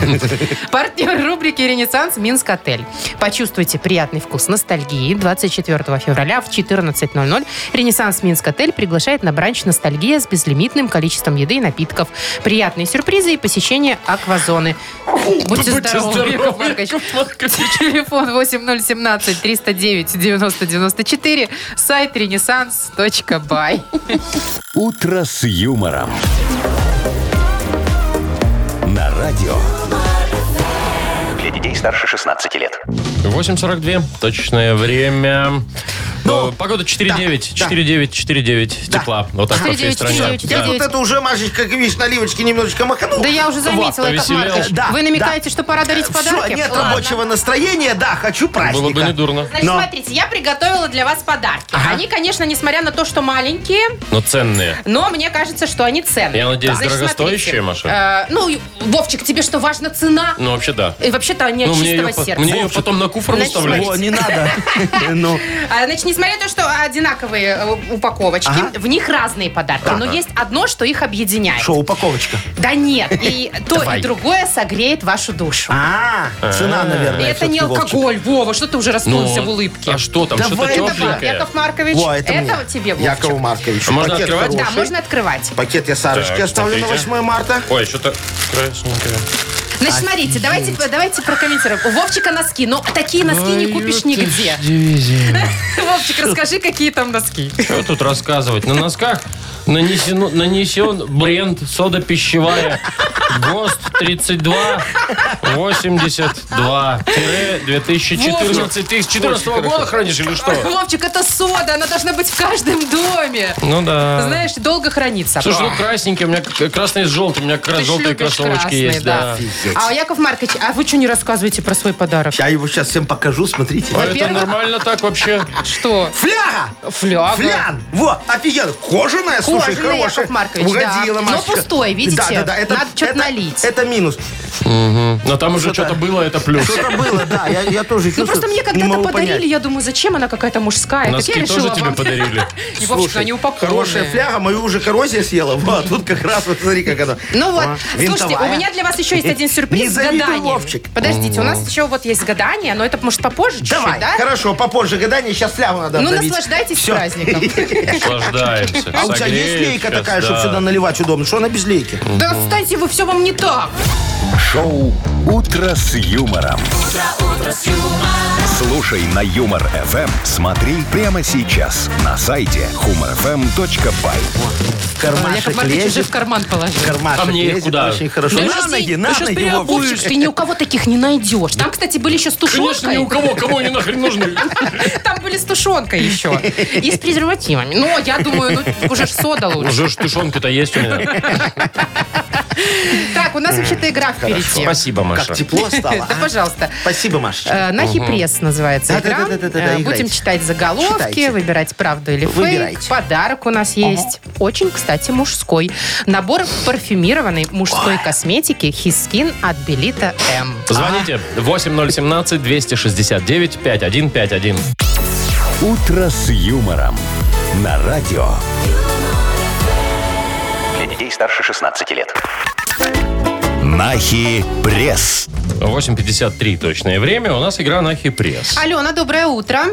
[SPEAKER 5] Партнер рубрики «Ренессанс» Минск Отель. Почувствуйте приятный вкус ностальгии 24 февраля в 14.00. «Ренессанс Минск Отель» приглашает на бранч «Ностальгия» с безлимитным количеством еды и напитков. Приятные сюрпризы и посещение аквазоны.
[SPEAKER 4] Будьте
[SPEAKER 5] Будьте здоровы,
[SPEAKER 4] здоровы,
[SPEAKER 5] Яков Маркович.
[SPEAKER 4] Яков Маркович.
[SPEAKER 5] Телефон 8017-309-9094, сайт renaissance.by.
[SPEAKER 1] «Утро с юмором». На радио.
[SPEAKER 7] Для детей старше 16 лет.
[SPEAKER 4] 8.42, точное время.
[SPEAKER 6] Ну,
[SPEAKER 4] Э, Погода 4.9,
[SPEAKER 6] да, да.
[SPEAKER 4] 4.9, 4.9,
[SPEAKER 6] Да.
[SPEAKER 4] тепла. Вот так по всей
[SPEAKER 5] 4.9,
[SPEAKER 4] стране.
[SPEAKER 5] 4.9,
[SPEAKER 6] Я
[SPEAKER 4] Да.
[SPEAKER 6] вот это уже, Машечка, как видишь, наливочки немножечко маханул.
[SPEAKER 5] Да я уже заметила, Яков
[SPEAKER 4] повеселел.
[SPEAKER 5] Маркович.
[SPEAKER 6] Да,
[SPEAKER 5] Вы намекаете, что пора дарить
[SPEAKER 6] Все,
[SPEAKER 5] подарки?
[SPEAKER 6] нет
[SPEAKER 5] Ладно.
[SPEAKER 6] рабочего настроения, да, хочу праздника.
[SPEAKER 4] Было бы недурно.
[SPEAKER 5] Значит,
[SPEAKER 6] Но.
[SPEAKER 5] смотрите, я приготовила для вас подарки. Они, конечно, несмотря на то, что маленькие,
[SPEAKER 4] Но ценные.
[SPEAKER 5] но мне кажется, что они ценные.
[SPEAKER 4] Я надеюсь,
[SPEAKER 5] Значит,
[SPEAKER 4] дорогостоящие,
[SPEAKER 5] смотрите,
[SPEAKER 4] Маша?
[SPEAKER 5] э, ну, Вовчик, тебе что, важна цена?
[SPEAKER 4] Ну, вообще, да.
[SPEAKER 5] И вообще-то они
[SPEAKER 4] Ну,
[SPEAKER 5] от
[SPEAKER 4] мне
[SPEAKER 5] чистого
[SPEAKER 4] ее, по-
[SPEAKER 5] сердца.
[SPEAKER 4] мне ее потом на куфр
[SPEAKER 5] Значит,
[SPEAKER 4] выставлять.
[SPEAKER 6] О, не надо. Ну,
[SPEAKER 5] А, Значит, несмотря на то, что одинаковые э, упаковочки,
[SPEAKER 6] Ага.
[SPEAKER 5] в них разные подарки, но есть одно, что их объединяет.
[SPEAKER 6] что, упаковочка?
[SPEAKER 5] Да нет, и то,
[SPEAKER 4] Давай.
[SPEAKER 5] и другое согреет вашу душу.
[SPEAKER 6] А, цена,
[SPEAKER 5] И
[SPEAKER 6] наверное,
[SPEAKER 5] это не
[SPEAKER 6] всё-таки, Вовчик.
[SPEAKER 5] алкоголь, Вова, что ты уже расплылся в улыбке?
[SPEAKER 4] А что там?
[SPEAKER 6] Давай,
[SPEAKER 4] Что-то
[SPEAKER 6] давай.
[SPEAKER 5] Это вам,
[SPEAKER 4] тепленькое.
[SPEAKER 5] Яков Маркович,
[SPEAKER 6] Во, это, мне.
[SPEAKER 5] тебе, Вовчик.
[SPEAKER 6] Якову Марковичу.
[SPEAKER 4] А Можно
[SPEAKER 6] Пакет
[SPEAKER 4] открывать?
[SPEAKER 5] Да,
[SPEAKER 6] хороший.
[SPEAKER 5] можно открывать.
[SPEAKER 6] Пакет я Сарочке
[SPEAKER 4] Так,
[SPEAKER 6] оставлю на
[SPEAKER 4] смотрите.
[SPEAKER 6] 8 марта.
[SPEAKER 4] Ой, что-то красненькое.
[SPEAKER 6] А,
[SPEAKER 5] Значит, смотрите, давайте, давайте прокомментируем. У Вовчика носки, но такие носки не купишь нигде. Вовчик, расскажи, какие там носки.
[SPEAKER 4] Что тут рассказывать? На носках нанесено, нанесен бренд сода пищевая ГОСТ 32 82 2014 2014 года хранишь или что?
[SPEAKER 5] Вовчик, это сода, она должна быть в каждом доме.
[SPEAKER 4] Ну да.
[SPEAKER 5] Знаешь, долго хранится.
[SPEAKER 4] Слушай, ну красненький, у меня к- красный с желтым, у меня как раз
[SPEAKER 5] Ты ж
[SPEAKER 4] желтые
[SPEAKER 5] любишь
[SPEAKER 4] кроссовочки
[SPEAKER 5] красные,
[SPEAKER 4] есть, да.
[SPEAKER 5] А, Яков Маркович, а вы что не рассказываете про свой подарок?
[SPEAKER 6] Я его сейчас всем покажу, смотрите.
[SPEAKER 4] А это
[SPEAKER 5] Во-первых-
[SPEAKER 4] нормально так вообще?
[SPEAKER 5] Что?
[SPEAKER 6] Фляга!
[SPEAKER 5] Фляга.
[SPEAKER 6] Флян! Вот, офигенно. Кожаная, слушай,
[SPEAKER 5] Кожаная,
[SPEAKER 6] хорошая.
[SPEAKER 5] Яков Маркович,
[SPEAKER 6] Угодила,
[SPEAKER 5] да. Но
[SPEAKER 6] Машечка.
[SPEAKER 5] пустой, видите?
[SPEAKER 6] Да, да, да. Это,
[SPEAKER 5] Надо что-то
[SPEAKER 6] это-
[SPEAKER 5] налить.
[SPEAKER 6] Это минус.
[SPEAKER 4] Но там
[SPEAKER 6] Ну
[SPEAKER 4] уже что-то было, это плюс.
[SPEAKER 6] Что-то было, да. Я, я тоже
[SPEAKER 5] Ну
[SPEAKER 6] чувствую,
[SPEAKER 5] просто мне
[SPEAKER 6] не
[SPEAKER 5] когда-то
[SPEAKER 6] могу
[SPEAKER 5] подарили,
[SPEAKER 6] понять.
[SPEAKER 5] я думаю, зачем она какая-то мужская? так я
[SPEAKER 4] Носки
[SPEAKER 5] решила
[SPEAKER 4] тоже тебе
[SPEAKER 5] вам.
[SPEAKER 4] подарили.
[SPEAKER 5] И Вовчик, они упакованные.
[SPEAKER 6] Хорошая фляга, мою уже коррозия съела. Вот, тут как раз, вот смотри, как она.
[SPEAKER 5] Ну вот,
[SPEAKER 6] А,
[SPEAKER 5] слушайте,
[SPEAKER 6] винтовая.
[SPEAKER 5] у меня для вас еще есть один
[SPEAKER 6] Не
[SPEAKER 5] сюрприз с
[SPEAKER 6] завидуй,
[SPEAKER 5] гаданием.
[SPEAKER 6] Вовчик.
[SPEAKER 5] Подождите, у нас еще вот есть гадание, но это может попозже
[SPEAKER 6] Давай,
[SPEAKER 5] чуть-чуть, да?
[SPEAKER 6] хорошо, попозже гадание, сейчас флягу надо
[SPEAKER 5] Ну,
[SPEAKER 6] обновить.
[SPEAKER 5] наслаждайтесь
[SPEAKER 6] Всё.
[SPEAKER 5] праздником.
[SPEAKER 4] Наслаждаемся.
[SPEAKER 6] А у тебя есть
[SPEAKER 4] Согреешь
[SPEAKER 6] лейка
[SPEAKER 4] сейчас,
[SPEAKER 6] такая,
[SPEAKER 4] да.
[SPEAKER 6] чтобы сюда наливать удобно? Что она без лейки?
[SPEAKER 5] Да, кстати, вы все вам не так.
[SPEAKER 1] Шоу «Утро с юмором». Слушай на Юмор ФМ. Смотри прямо сейчас на сайте humorfm.by.
[SPEAKER 5] А, Яков
[SPEAKER 6] Кармашек
[SPEAKER 5] Маркович уже
[SPEAKER 6] лезет.
[SPEAKER 5] в карман положил. Ну,
[SPEAKER 6] Кармашек
[SPEAKER 4] А мне
[SPEAKER 6] лезет
[SPEAKER 4] куда?
[SPEAKER 6] очень хорошо.
[SPEAKER 5] Да
[SPEAKER 6] На
[SPEAKER 5] сейчас
[SPEAKER 6] ноги,
[SPEAKER 5] ты-
[SPEAKER 6] на
[SPEAKER 5] ты сейчас
[SPEAKER 6] ноги,
[SPEAKER 5] переобувешь,
[SPEAKER 6] Вовчик.
[SPEAKER 5] ты ни у кого таких не найдешь. Там, кстати, были еще с
[SPEAKER 4] Конечно, ни
[SPEAKER 5] тушенкой.
[SPEAKER 4] у кого. Кому они нахрен нужны?
[SPEAKER 5] Там были с тушенкой еще. И с презервативами. Но я думаю, ну, уже ж сода лучше.
[SPEAKER 4] Уже ж тушенка-то есть у меня.
[SPEAKER 5] Так, у нас вообще-то игра впереди.
[SPEAKER 4] Спасибо, Маша.
[SPEAKER 6] Как тепло стало.
[SPEAKER 5] Да,
[SPEAKER 6] а?
[SPEAKER 5] пожалуйста.
[SPEAKER 6] Спасибо, Машечка.
[SPEAKER 5] Э, Нахи пресс называется игра.
[SPEAKER 6] Да-да-да-да-да-да,
[SPEAKER 5] Э,
[SPEAKER 6] играйте.
[SPEAKER 5] Будем читать заголовки,
[SPEAKER 6] Читайте.
[SPEAKER 5] выбирать правду или фейк.
[SPEAKER 6] Выбирайте.
[SPEAKER 5] Подарок у нас есть. Очень, кстати, мужской. Набор парфюмированной мужской косметики Хискин от Белита М.
[SPEAKER 4] Звоните
[SPEAKER 6] А?
[SPEAKER 4] 8017-269-5151.
[SPEAKER 1] «Утро с юмором» на радио.
[SPEAKER 7] Для детей старше 16 лет.
[SPEAKER 1] Нахи пресс.
[SPEAKER 4] 8.53 точное время. У нас игра на хипресс.
[SPEAKER 5] Алена, доброе утро.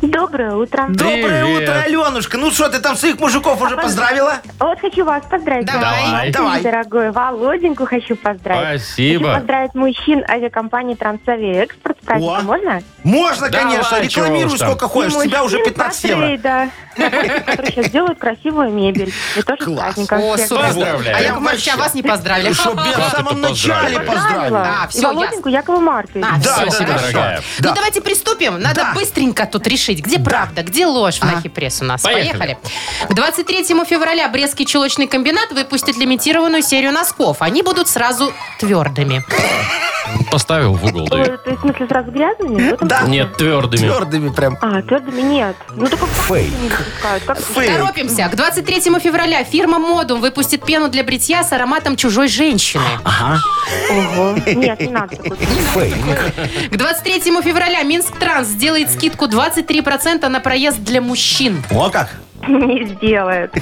[SPEAKER 9] Доброе утро.
[SPEAKER 6] Доброе
[SPEAKER 4] Привет.
[SPEAKER 6] утро, Аленушка. Ну что, ты там своих мужиков уже поздравила?
[SPEAKER 9] Вот хочу вас поздравить.
[SPEAKER 4] Давай.
[SPEAKER 9] Очень
[SPEAKER 6] Давай.
[SPEAKER 9] Дорогой Володеньку хочу поздравить. Хочу
[SPEAKER 4] Спасибо.
[SPEAKER 9] поздравить мужчин авиакомпании Трансавиа Экспорт. С праздником
[SPEAKER 6] О.
[SPEAKER 9] можно?
[SPEAKER 6] Можно,
[SPEAKER 4] Давай,
[SPEAKER 6] конечно.
[SPEAKER 4] чего
[SPEAKER 6] Рекламируй
[SPEAKER 4] уж там.
[SPEAKER 6] сколько хочешь.
[SPEAKER 9] И
[SPEAKER 6] Тебя уже
[SPEAKER 9] мужчин
[SPEAKER 6] 15 евро.
[SPEAKER 9] поздравить, Да. Которые сейчас делают красивую мебель. И тоже с
[SPEAKER 6] Класс.
[SPEAKER 9] праздником. всех.
[SPEAKER 4] Поздравляю.
[SPEAKER 5] А Яков Маркович, а вас не поздравили.
[SPEAKER 6] Чтоб я в
[SPEAKER 4] Как
[SPEAKER 6] самом
[SPEAKER 4] это
[SPEAKER 6] начале
[SPEAKER 4] поздравили?
[SPEAKER 6] поздравила.
[SPEAKER 5] А,
[SPEAKER 9] Поздравила.
[SPEAKER 5] всё,
[SPEAKER 9] и Володеньку Якову Марковичу.
[SPEAKER 5] А,
[SPEAKER 6] Да,
[SPEAKER 5] всё,
[SPEAKER 4] Спасибо,
[SPEAKER 5] хорошо.
[SPEAKER 4] дорогая.
[SPEAKER 5] Ну, давайте приступим. Надо
[SPEAKER 6] Да.
[SPEAKER 5] быстренько тут решить, где правда, где ложь в Нахи Пресс у нас.
[SPEAKER 4] Поехали.
[SPEAKER 5] Поехали. К 23 февраля Брестский чулочный комбинат выпустит лимитированную серию носков. Они будут сразу твердыми.
[SPEAKER 4] Поставил в угол, да.
[SPEAKER 9] Ой, То есть, в смысле, сразу грязными? В этом
[SPEAKER 6] Да.
[SPEAKER 4] Нет, твердыми.
[SPEAKER 6] Твердыми прям.
[SPEAKER 9] А, твердыми нет. Ну только
[SPEAKER 1] Фейк.
[SPEAKER 9] не выпускают. Как
[SPEAKER 6] Фейк.
[SPEAKER 5] Торопимся. К 23 февраля фирма Модум выпустит пену для бритья с ароматом чужой женщины.
[SPEAKER 9] Ого. Нет, не надо. такой.
[SPEAKER 5] К 23 февраля Минск Транс сделает скидку 23% на проезд для мужчин.
[SPEAKER 6] О, как.
[SPEAKER 9] Не сделает.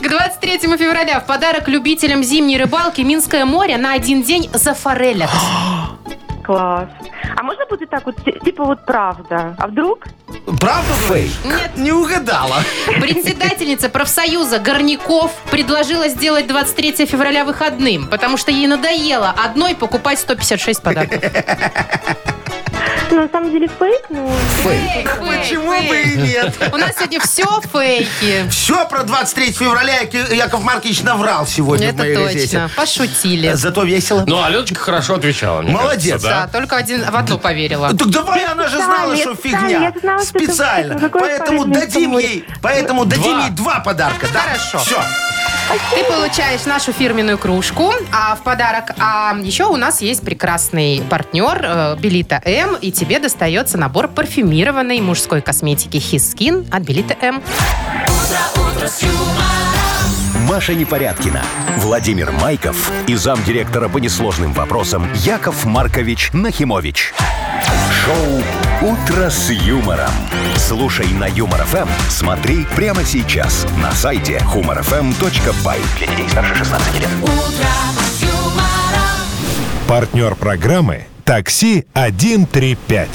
[SPEAKER 5] К 23 февраля в подарок любителям зимней рыбалки Минское море на один день зафорелят.
[SPEAKER 9] Класс. А можно будет так вот, ти- типа вот правда? А вдруг?
[SPEAKER 6] Правда, Фэй?
[SPEAKER 5] Нет.
[SPEAKER 6] Не угадала.
[SPEAKER 5] Председательница профсоюза Горняков предложила сделать 23 февраля выходным, потому что ей надоело одной покупать 156 подарков.
[SPEAKER 9] Ну, на самом деле фейк, ну...
[SPEAKER 5] Фейк, фейк,
[SPEAKER 6] Почему
[SPEAKER 5] фейк.
[SPEAKER 6] бы и нет?
[SPEAKER 5] У нас сегодня все фейки.
[SPEAKER 6] Все про 23 февраля Яки- Яков Маркович наврал сегодня в
[SPEAKER 5] Ну, Это
[SPEAKER 6] моей
[SPEAKER 5] точно.
[SPEAKER 6] газете.
[SPEAKER 5] Пошутили.
[SPEAKER 6] Зато весело.
[SPEAKER 4] Ну, Аленочка хорошо отвечала. мне
[SPEAKER 6] Молодец.
[SPEAKER 5] Да, только один в одну поверила.
[SPEAKER 6] А Так давай, она же знала,
[SPEAKER 9] я
[SPEAKER 6] что
[SPEAKER 9] специально,
[SPEAKER 6] фигня.
[SPEAKER 9] я знала, что это-
[SPEAKER 6] Специально.
[SPEAKER 9] ну, какой
[SPEAKER 6] Поэтому
[SPEAKER 9] парень
[SPEAKER 6] дадим
[SPEAKER 9] мне
[SPEAKER 6] ей, поэтому дадим ей два подарка. да?
[SPEAKER 5] Хорошо.
[SPEAKER 6] Все.
[SPEAKER 5] Ты получаешь нашу фирменную кружку а в подарок. А еще у нас есть прекрасный партнер э, Белита М. И тебе достается набор парфюмированной мужской косметики His Skin от Белита М.
[SPEAKER 1] Маша Непорядкина, Владимир Майков и замдиректора по несложным вопросам Яков Маркович Нахимович. Шоу «Утро с юмором». Слушай на Юмор ФМ, смотри прямо сейчас на сайте humorfm.by. Для детей старше 16 лет.
[SPEAKER 2] Партнер программы «Такси 135».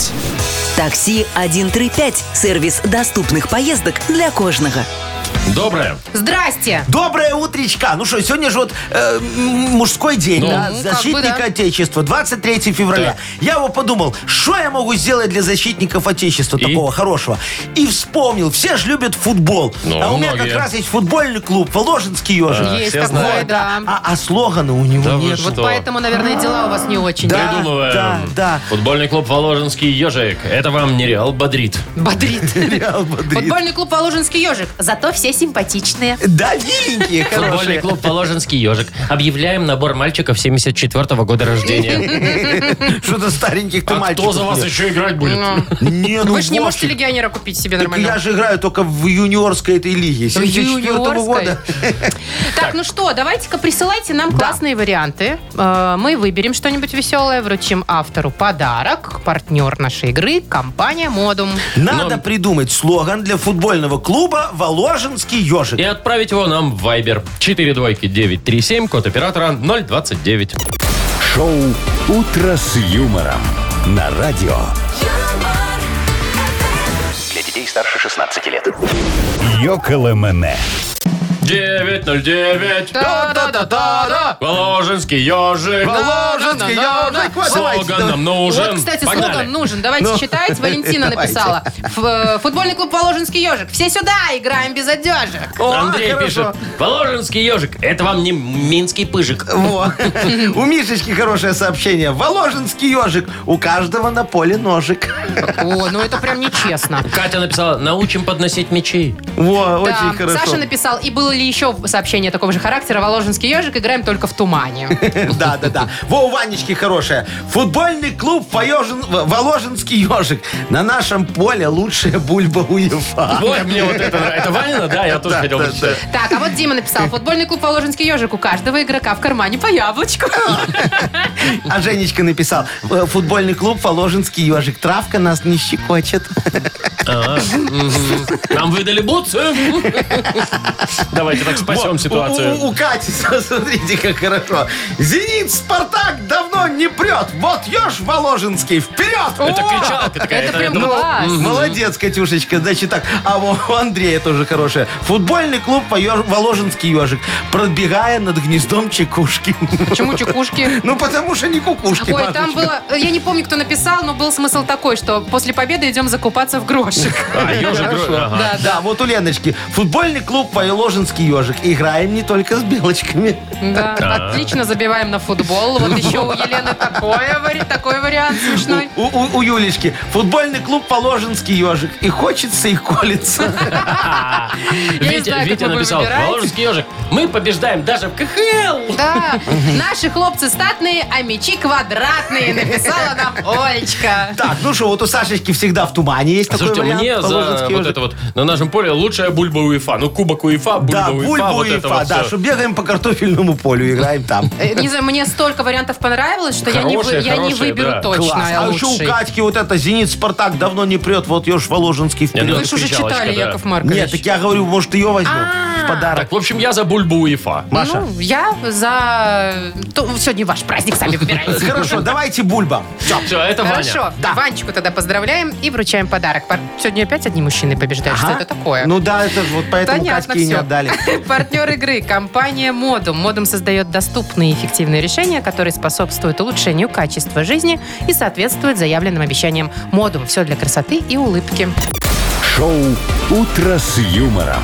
[SPEAKER 3] Такси 135. Сервис доступных поездок для кожного.
[SPEAKER 4] кажется. Доброе.
[SPEAKER 5] Здрасте!
[SPEAKER 6] Доброе утречка. Ну что, сегодня же вот э, м, мужской день,
[SPEAKER 4] Ну.
[SPEAKER 6] да,
[SPEAKER 5] Ну, как бы
[SPEAKER 6] защитника
[SPEAKER 5] да.
[SPEAKER 6] Отечества, 23 февраля.
[SPEAKER 4] Так.
[SPEAKER 6] Я вот подумал, что я могу сделать для защитников Отечества
[SPEAKER 4] И?
[SPEAKER 6] такого хорошего. И вспомнил, все же любят футбол.
[SPEAKER 4] Ну,
[SPEAKER 6] а у меня
[SPEAKER 4] многие.
[SPEAKER 6] как раз есть футбольный клуб «Воложенский ежик».
[SPEAKER 4] Да,
[SPEAKER 5] Есть
[SPEAKER 4] все
[SPEAKER 5] такое,
[SPEAKER 4] знают.
[SPEAKER 5] да.
[SPEAKER 6] А, а слогана у него
[SPEAKER 4] Да вы
[SPEAKER 6] нет.
[SPEAKER 4] что?
[SPEAKER 5] Вот поэтому, наверное, дела у вас не очень.
[SPEAKER 6] Да.
[SPEAKER 4] Придумываем.
[SPEAKER 6] да, да.
[SPEAKER 4] Футбольный клуб «Воложенский ежик». Это вам не Реал Бодрит.
[SPEAKER 5] Бодрит.
[SPEAKER 6] Реал Мадрид.
[SPEAKER 5] Футбольный клуб «Воложенский ежик». Зато все симпатичные.
[SPEAKER 6] Да, миленькие,
[SPEAKER 4] Футбольный
[SPEAKER 6] хорошие.
[SPEAKER 4] клуб «Воложенский ежик». Объявляем набор мальчиков 74 года рождения.
[SPEAKER 6] Что-то стареньких ты
[SPEAKER 4] А кто
[SPEAKER 6] мальчиков
[SPEAKER 4] за вас
[SPEAKER 6] нет.
[SPEAKER 4] еще играть будет?
[SPEAKER 6] Не, ну
[SPEAKER 5] Вы же не можете
[SPEAKER 6] Вовчик,
[SPEAKER 5] легионера купить себе
[SPEAKER 6] так
[SPEAKER 5] нормально.
[SPEAKER 6] я же играю только в юниорской этой лиге. 74
[SPEAKER 5] юниорской?
[SPEAKER 6] года.
[SPEAKER 5] Так, ну что, давайте-ка присылайте нам классные варианты. Э, Мы выберем что-нибудь веселое, вручим автору подарок. Партнер нашей игры – компания «Модум». Ну,
[SPEAKER 6] Надо придумать слоган для футбольного клуба «Воложенский ежик».
[SPEAKER 4] И отправить его нам в Viber. 4 двойки 937, код оператора 029.
[SPEAKER 1] Шоу «Утро с юмором» на радио.
[SPEAKER 7] Для детей старше 16 лет.
[SPEAKER 1] Йоколэмэне.
[SPEAKER 4] 909.
[SPEAKER 5] Та-да-да-да-да.
[SPEAKER 4] Воложенский ежик.
[SPEAKER 6] Воложенский ежик. Вот,
[SPEAKER 4] Слоган
[SPEAKER 6] давайте.
[SPEAKER 4] нам нужен.
[SPEAKER 5] Вот, кстати,
[SPEAKER 4] Погнали.
[SPEAKER 5] слоган нужен. Давайте читать. Валентина
[SPEAKER 6] Ну. давайте.
[SPEAKER 5] написала. Ф- э, Футбольный клуб «Воложенский ежик». Все сюда, играем без одежек.
[SPEAKER 6] О,
[SPEAKER 4] Андрей
[SPEAKER 6] хорошо.
[SPEAKER 4] пишет, Воложенский ежик, это вам не минский пыжик.
[SPEAKER 6] Во. У Мишечки хорошее сообщение. «Воложенский ежик. У каждого на поле ножик».
[SPEAKER 5] О, ну это прям нечестно.
[SPEAKER 4] Катя написала, научим подносить мячи.
[SPEAKER 6] Во,
[SPEAKER 5] Да,
[SPEAKER 6] очень хорошо.
[SPEAKER 5] Саша написал, и было ли еще сообщение такого же характера «Воложенский ежик, играем только в тумане».
[SPEAKER 6] Да, да, да. Во, у Ванечки хорошее. Футбольный клуб «Воежен- В- «Воложенский ежик». На нашем поле лучшая бульба УЕФА.
[SPEAKER 4] Ой, мне вот это нравится. Это Ванина, да, я тоже
[SPEAKER 6] Да,
[SPEAKER 4] хотел
[SPEAKER 6] да,
[SPEAKER 4] бы читать.
[SPEAKER 5] Так, а вот Дима написал, футбольный клуб «Воложенский ежик» у каждого игрока в кармане по яблочку.
[SPEAKER 6] А Женечка написал, «Э, футбольный клуб «Воложенский ежик». Травка нас не щекочет.
[SPEAKER 4] А, мгм. Нам выдали бутсы. Давайте так спасем
[SPEAKER 6] Вот, У,
[SPEAKER 4] ситуацию.
[SPEAKER 6] у- у Кати, смотрите, как хорошо. Зенит Спартак давно не прет. Вот еж Воложенский, вперед!
[SPEAKER 4] Это кричалка такая.
[SPEAKER 5] Это прям
[SPEAKER 4] я думал,
[SPEAKER 5] класс.
[SPEAKER 6] Ну, Молодец, Катюшечка. Значит так, а во- у Андрея тоже хорошее. Футбольный клуб «Поё- «Воложенский ежик», пробегая над гнездом чекушки.
[SPEAKER 5] Почему чекушки?
[SPEAKER 6] Ну, потому что не кукушки,
[SPEAKER 5] Ой, там
[SPEAKER 6] Машечка.
[SPEAKER 5] было, я не помню, кто написал, но был смысл такой, что после победы идем закупаться в грошек.
[SPEAKER 4] А, ежик, ага.
[SPEAKER 5] Да, да.
[SPEAKER 6] Да, вот у Леночки. Футбольный клуб «Воложенский ежик». Играем не только с белочками.
[SPEAKER 5] Да, отлично забиваем на футбол. Вот еще у Елены такое, вари- такой вариант смешной.
[SPEAKER 6] У, у- у Юлечки. Футбольный клуб «Положенский ежик». И хочется, и колется.
[SPEAKER 5] Я не
[SPEAKER 4] Витя,
[SPEAKER 5] знаю,
[SPEAKER 4] Витя
[SPEAKER 5] как вы будем
[SPEAKER 4] написал,
[SPEAKER 5] выбирать.
[SPEAKER 4] Воложенский ежик, мы побеждаем даже в КХЛ.
[SPEAKER 5] Да, наши хлопцы статные, а мечи квадратные, написала нам Олечка.
[SPEAKER 6] Так, ну что, вот у Сашечки всегда в тумане есть такой
[SPEAKER 4] Слушайте,
[SPEAKER 6] вариант.
[SPEAKER 4] мне за
[SPEAKER 6] «Положенский
[SPEAKER 4] вот
[SPEAKER 6] ежик».
[SPEAKER 4] это вот, на нашем поле лучшая бульба УЕФА. Ну, кубок УЕФА, бульба
[SPEAKER 6] Да,
[SPEAKER 4] УЕФА,
[SPEAKER 6] бульбу
[SPEAKER 4] вот
[SPEAKER 6] и
[SPEAKER 4] это
[SPEAKER 6] фа,
[SPEAKER 4] вот
[SPEAKER 6] да,
[SPEAKER 4] всё.
[SPEAKER 6] что бегаем по картофельному полю, играем там.
[SPEAKER 5] Э, Не знаю, мне столько вариантов понравилось, что я не вы-
[SPEAKER 4] Хорошие,
[SPEAKER 5] я не
[SPEAKER 4] хорошие,
[SPEAKER 5] выберу
[SPEAKER 4] да.
[SPEAKER 5] точно.
[SPEAKER 6] Класс.
[SPEAKER 5] я
[SPEAKER 6] А еще у
[SPEAKER 5] лучший.
[SPEAKER 6] Катьки вот это «Зенит Спартак» давно не прет, вот еж Воложенский
[SPEAKER 4] Не, ну
[SPEAKER 5] Вы
[SPEAKER 6] вперед.
[SPEAKER 5] же уже
[SPEAKER 4] Кричалочка,
[SPEAKER 5] читали,
[SPEAKER 4] да.
[SPEAKER 5] Яков Маркович. А.
[SPEAKER 6] Нет, так я говорю, может, ее возьмем. в подарок.
[SPEAKER 4] Так, в общем, я за бульбу ИФА.
[SPEAKER 6] Маша.
[SPEAKER 5] Ну, я за... то- Сегодня ваш праздник, сами выбираете.
[SPEAKER 6] Хорошо, давайте бульба. Всё.
[SPEAKER 4] Все, это Ваня.
[SPEAKER 5] Хорошо, Ванечку тогда поздравляем и вручаем подарок. Пар- Сегодня опять одни мужчины побеждают. Что
[SPEAKER 6] Ага.
[SPEAKER 5] это такое?
[SPEAKER 6] Ну да, это же вот поэтому
[SPEAKER 5] Понятно
[SPEAKER 6] Катьке и не
[SPEAKER 5] всё.
[SPEAKER 6] отдали.
[SPEAKER 5] Партнер игры – компания «Модум». «Модум» создает доступные и эффективные решения, которые способствуют улучшению качества жизни и соответствуют заявленным обещаниям. «Модум» – все для красоты и улыбки.
[SPEAKER 1] Шоу «Утро с юмором»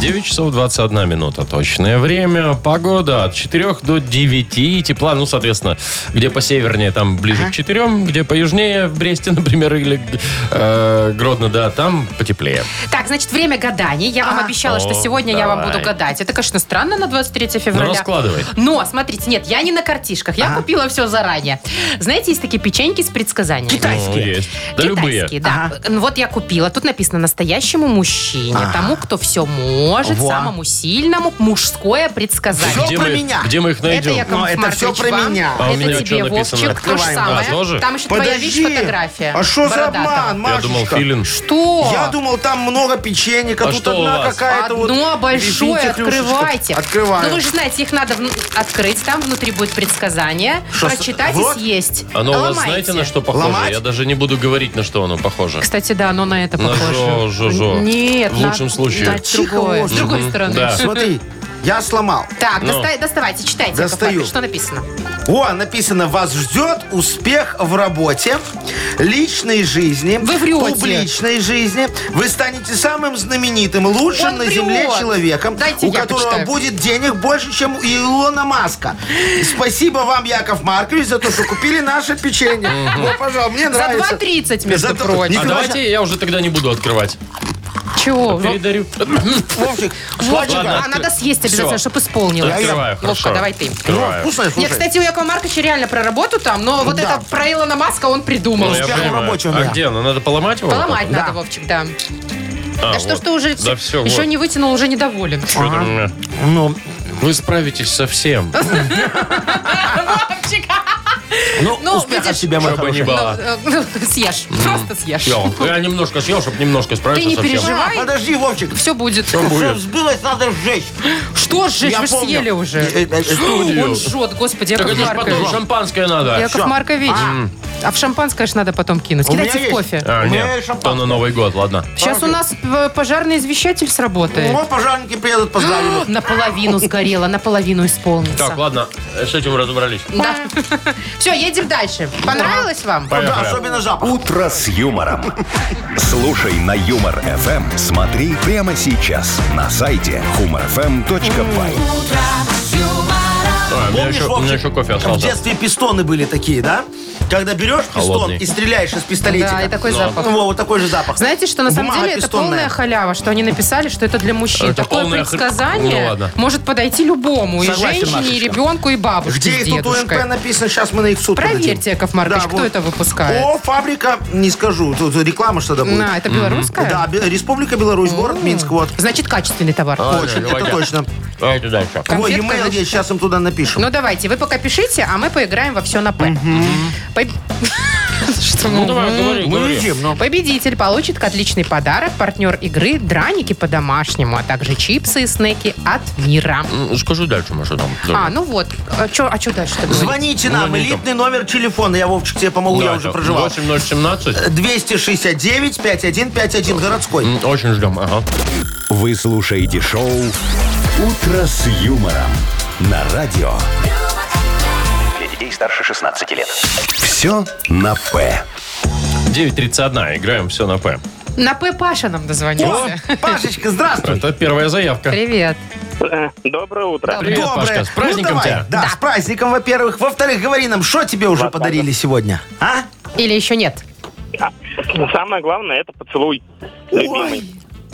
[SPEAKER 4] 9 часов 21 минута точное время. Погода от 4 до 9 тепла. Ну, соответственно, где по севернее, там ближе к 4, где по южнее, в Бресте, например, или э, Гродно, да, там потеплее.
[SPEAKER 5] Так, значит, время гаданий. Я вам обещала, что
[SPEAKER 4] А, О,
[SPEAKER 5] сегодня я вам
[SPEAKER 4] давай.
[SPEAKER 5] буду гадать. Это, конечно, странно на 23
[SPEAKER 4] Ну,
[SPEAKER 5] февраля.
[SPEAKER 4] раскладывай.
[SPEAKER 5] Но, смотрите, нет, я не на картишках. Я купила все заранее. Знаете, есть такие печеньки с предсказаниями.
[SPEAKER 4] Ну, есть. Да любые.
[SPEAKER 5] Китайские, да. Ну, Вот я купила. Тут написано настоящему мужчине, тому, кто все может,
[SPEAKER 6] Во.
[SPEAKER 5] самому сильному мужское предсказание.
[SPEAKER 6] Всё
[SPEAKER 4] Где
[SPEAKER 6] про
[SPEAKER 4] мы,
[SPEAKER 6] меня.
[SPEAKER 4] где мы их
[SPEAKER 5] Это
[SPEAKER 4] найдем?
[SPEAKER 5] Яков
[SPEAKER 6] Но это
[SPEAKER 5] Маркович
[SPEAKER 6] всё про
[SPEAKER 5] вам.
[SPEAKER 6] меня.
[SPEAKER 4] А у
[SPEAKER 5] это
[SPEAKER 4] меня чё
[SPEAKER 5] тебе,
[SPEAKER 4] написано?
[SPEAKER 5] Вовчик, то же
[SPEAKER 6] Открываем.
[SPEAKER 5] самое.
[SPEAKER 4] А, тоже?
[SPEAKER 5] Там еще твоя, видишь,
[SPEAKER 6] Подожди.
[SPEAKER 5] фотография.
[SPEAKER 6] А что за
[SPEAKER 5] Бородатого.
[SPEAKER 4] Я
[SPEAKER 6] обман, Машечка?
[SPEAKER 4] думал, филин.
[SPEAKER 5] Что?
[SPEAKER 6] Я думал, там много печенек, а,
[SPEAKER 4] А
[SPEAKER 6] тут
[SPEAKER 4] что у
[SPEAKER 6] одна
[SPEAKER 4] вас?
[SPEAKER 6] какая-то вот...
[SPEAKER 5] Одно большое
[SPEAKER 6] Извините, Клюшечка.
[SPEAKER 5] Ну, а открывайте.
[SPEAKER 6] Открываем.
[SPEAKER 5] Ну вы же знаете, их надо вну- открыть, там внутри будет предсказание,
[SPEAKER 6] Что,
[SPEAKER 5] прочитать
[SPEAKER 6] вот?
[SPEAKER 5] и съесть.
[SPEAKER 4] Оно у вас
[SPEAKER 5] Ломайте.
[SPEAKER 4] знаете на что похоже?
[SPEAKER 6] Ломать?
[SPEAKER 4] Я даже не буду говорить, на что оно похоже.
[SPEAKER 5] Кстати, да, оно на это
[SPEAKER 4] На
[SPEAKER 5] похоже.
[SPEAKER 4] жо- жо- жо.
[SPEAKER 5] Нет,
[SPEAKER 4] В
[SPEAKER 5] на-
[SPEAKER 4] лучшем случае.
[SPEAKER 5] на другое. С другой стороны.
[SPEAKER 4] Да.
[SPEAKER 6] Смотри, я сломал.
[SPEAKER 5] Так,
[SPEAKER 4] Ну.
[SPEAKER 5] доста- доставайте, читайте. Яков
[SPEAKER 6] Достаю.
[SPEAKER 5] Маркович, Что написано?
[SPEAKER 6] О, написано, вас ждет успех в работе, личной жизни,
[SPEAKER 5] Вы врете.
[SPEAKER 6] публичной жизни. Вы станете самым знаменитым, лучшим
[SPEAKER 5] Он
[SPEAKER 6] на
[SPEAKER 5] врет.
[SPEAKER 6] земле человеком,
[SPEAKER 5] Дайте
[SPEAKER 6] у
[SPEAKER 5] я
[SPEAKER 6] которого
[SPEAKER 5] почитаю.
[SPEAKER 6] будет денег больше, чем у Илона Маска. Спасибо вам, Яков Маркович, за то, что купили наше печенье. Вот, пожалуйста, мне
[SPEAKER 5] За
[SPEAKER 6] нравится.
[SPEAKER 5] 2.30, между
[SPEAKER 6] За два-
[SPEAKER 5] прочим.
[SPEAKER 4] А давайте я уже тогда не буду открывать.
[SPEAKER 5] Чего?
[SPEAKER 4] Передарю.
[SPEAKER 6] Вовчик,
[SPEAKER 5] Вот,
[SPEAKER 6] Вовчик,
[SPEAKER 4] Ладно,
[SPEAKER 5] а, надо съесть
[SPEAKER 4] Всё.
[SPEAKER 5] обязательно, чтобы исполнилось.
[SPEAKER 4] Открываю,
[SPEAKER 5] Вовка,
[SPEAKER 4] хорошо.
[SPEAKER 5] давай ты.
[SPEAKER 4] Открываю.
[SPEAKER 6] вкусное, слушай.
[SPEAKER 5] Я, кстати, у Якова Марковича реально про работу там, но вот
[SPEAKER 6] Да.
[SPEAKER 5] это про Илона Маска он придумал.
[SPEAKER 4] Ну, я
[SPEAKER 6] успехом
[SPEAKER 4] понимаю.
[SPEAKER 6] рабочего
[SPEAKER 4] А
[SPEAKER 6] дня.
[SPEAKER 4] где? Ну, надо поломать его?
[SPEAKER 5] Поломать
[SPEAKER 6] Да.
[SPEAKER 5] надо, Вовчик, да.
[SPEAKER 4] А,
[SPEAKER 5] да что ж
[SPEAKER 4] вот.
[SPEAKER 5] ты уже
[SPEAKER 4] Да все,
[SPEAKER 5] еще
[SPEAKER 4] вот.
[SPEAKER 5] не вытянул, уже недоволен.
[SPEAKER 4] Чё там у меня?
[SPEAKER 6] Ну,
[SPEAKER 4] Вы справитесь со всем.
[SPEAKER 5] Вовчик,
[SPEAKER 6] ну,
[SPEAKER 5] Ну,
[SPEAKER 6] успеха
[SPEAKER 5] видишь,
[SPEAKER 6] тебе, мой
[SPEAKER 4] Чтобы не
[SPEAKER 6] хороший.
[SPEAKER 5] ну,
[SPEAKER 4] было.
[SPEAKER 5] э, ну, съешь, просто съешь.
[SPEAKER 4] Всё, Я немножко съел, чтобы немножко
[SPEAKER 5] Ты
[SPEAKER 4] справиться
[SPEAKER 5] не
[SPEAKER 4] со всем.
[SPEAKER 5] переживай,
[SPEAKER 6] Подожди, Вовчик.
[SPEAKER 5] все будет.
[SPEAKER 6] Все сбылось, надо сжечь.
[SPEAKER 5] Что ж,
[SPEAKER 6] Я
[SPEAKER 5] вы ж
[SPEAKER 6] помню.
[SPEAKER 5] съели уже.
[SPEAKER 6] Э, э, э,
[SPEAKER 5] Он жжет, господи,
[SPEAKER 4] Так
[SPEAKER 5] Яков
[SPEAKER 4] это ж потом
[SPEAKER 5] Маркович.
[SPEAKER 4] шампанское надо.
[SPEAKER 5] Яков Маркович. А в шампанское, конечно, надо потом кинуть.
[SPEAKER 6] У меня
[SPEAKER 5] Кидайте в
[SPEAKER 6] есть. Э,
[SPEAKER 5] кофе.
[SPEAKER 4] А,
[SPEAKER 6] У меня
[SPEAKER 4] нет,
[SPEAKER 6] есть
[SPEAKER 4] то
[SPEAKER 6] шампанское.
[SPEAKER 4] на Новый год, ладно.
[SPEAKER 5] Сейчас у нас э, пожарный извещатель сработает.
[SPEAKER 6] О, Ну, пожарники приедут, поздравим их.
[SPEAKER 5] Наполовину сгорело, наполовину исполнится.
[SPEAKER 4] Так, ладно, э, с этим разобрались.
[SPEAKER 5] Да. Все, едем дальше. Понравилось вам?
[SPEAKER 6] Да,
[SPEAKER 4] Поехали. Ну
[SPEAKER 6] особенно запах.
[SPEAKER 1] «Утро с юмором». Слушай на Юмор-ФМ. Смотри прямо сейчас на сайте humorfm.by.
[SPEAKER 4] А, у меня
[SPEAKER 6] Помнишь,
[SPEAKER 4] еще- у
[SPEAKER 6] Вовчик,
[SPEAKER 4] меня еще кофе
[SPEAKER 6] в
[SPEAKER 4] остался.
[SPEAKER 6] детстве пистоны были такие, да? Когда берешь пистон
[SPEAKER 4] Холодный.
[SPEAKER 6] и стреляешь из пистолетика.
[SPEAKER 5] Да, и такой запах.
[SPEAKER 6] Во, Ну, вот такой же запах.
[SPEAKER 5] Знаете, что на самом
[SPEAKER 6] Бумага
[SPEAKER 5] деле это
[SPEAKER 6] пистонная.
[SPEAKER 5] полная халява, что они написали, что это для мужчин.
[SPEAKER 4] Это
[SPEAKER 5] Такое
[SPEAKER 4] полная хр-
[SPEAKER 5] предсказание
[SPEAKER 4] Ну ладно.
[SPEAKER 5] может подойти любому,
[SPEAKER 6] Согласен,
[SPEAKER 5] и женщине, и
[SPEAKER 6] Машечка.
[SPEAKER 5] ребенку, и бабушке.
[SPEAKER 6] Где
[SPEAKER 5] с
[SPEAKER 6] и тут УНП
[SPEAKER 5] дедушкой.
[SPEAKER 6] написано, сейчас мы на их в суд подадим.
[SPEAKER 5] Проверьте, Яков Маркович,
[SPEAKER 6] Да,
[SPEAKER 5] кто
[SPEAKER 6] вот.
[SPEAKER 5] это выпускает.
[SPEAKER 6] О, фабрика, не скажу, тут реклама что-то будет.
[SPEAKER 5] На, это белорусская?
[SPEAKER 6] Да, Бе- Республика Беларусь, город Минск, вот.
[SPEAKER 5] Значит, качественный товар.
[SPEAKER 6] Очень, это
[SPEAKER 4] Володя.
[SPEAKER 6] точно.
[SPEAKER 4] Давайте дальше.
[SPEAKER 6] Ой,
[SPEAKER 5] Конфетка,
[SPEAKER 6] e-mail
[SPEAKER 5] значит.
[SPEAKER 6] есть, сейчас им туда напишем.
[SPEAKER 5] Ну давайте, вы пока пишите, а мы поиграем во все на П. Пой- Что
[SPEAKER 4] Ну,
[SPEAKER 5] мы-
[SPEAKER 4] давай, говори,
[SPEAKER 6] Мы ну.
[SPEAKER 4] говори.
[SPEAKER 6] едим, но...
[SPEAKER 5] Победитель получит отличный подарок, партнер игры, драники по-домашнему, а также чипсы и снеки от мира.
[SPEAKER 4] М, Скажи дальше, Маша, там.
[SPEAKER 5] А, ну вот. А что а чё дальше-то говорить?
[SPEAKER 6] Звоните нам,
[SPEAKER 4] Звоните.
[SPEAKER 6] элитный номер телефона, я, Вовчик, тебе помогу, я уже проживал.
[SPEAKER 4] 8017.
[SPEAKER 6] 269-5151, городской.
[SPEAKER 4] М, Очень ждем, ага.
[SPEAKER 1] Вы слушаете шоу «Утро с юмором» на радио.
[SPEAKER 7] Для детей старше 16 лет.
[SPEAKER 1] Все на «П».
[SPEAKER 4] 9.31, играем все на П.
[SPEAKER 5] На П Паша нам дозвонился.
[SPEAKER 6] Пашечка, здравствуй.
[SPEAKER 4] Это первая заявка.
[SPEAKER 5] Привет.
[SPEAKER 8] Доброе утро.
[SPEAKER 4] Привет, Пашка, с праздником
[SPEAKER 6] ну, давай.
[SPEAKER 4] тебя.
[SPEAKER 6] Да, с праздником, во-первых. Во-вторых, говори нам, что тебе уже
[SPEAKER 8] Ладно.
[SPEAKER 6] подарили сегодня? А?
[SPEAKER 5] Или еще нет?
[SPEAKER 8] Самое главное это поцелуй. Любимый.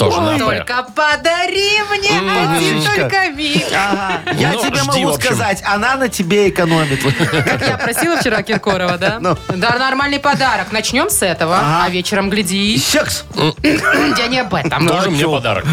[SPEAKER 6] Ой,
[SPEAKER 4] Тоже на «П».
[SPEAKER 5] Только подари мне один
[SPEAKER 6] Машечка.
[SPEAKER 5] только миг.
[SPEAKER 6] Ага. Я
[SPEAKER 4] Ну,
[SPEAKER 6] тебе
[SPEAKER 4] жди, в
[SPEAKER 6] могу
[SPEAKER 4] общем.
[SPEAKER 6] сказать, она на тебе экономит.
[SPEAKER 5] Как я просила вчера Киркорова, да?
[SPEAKER 6] Ну.
[SPEAKER 5] Да, нормальный подарок. Начнем с этого,
[SPEAKER 6] Ага.
[SPEAKER 5] а вечером гляди.
[SPEAKER 6] Секс.
[SPEAKER 4] Ну,
[SPEAKER 5] Я не об этом.
[SPEAKER 4] Тоже мне подарок.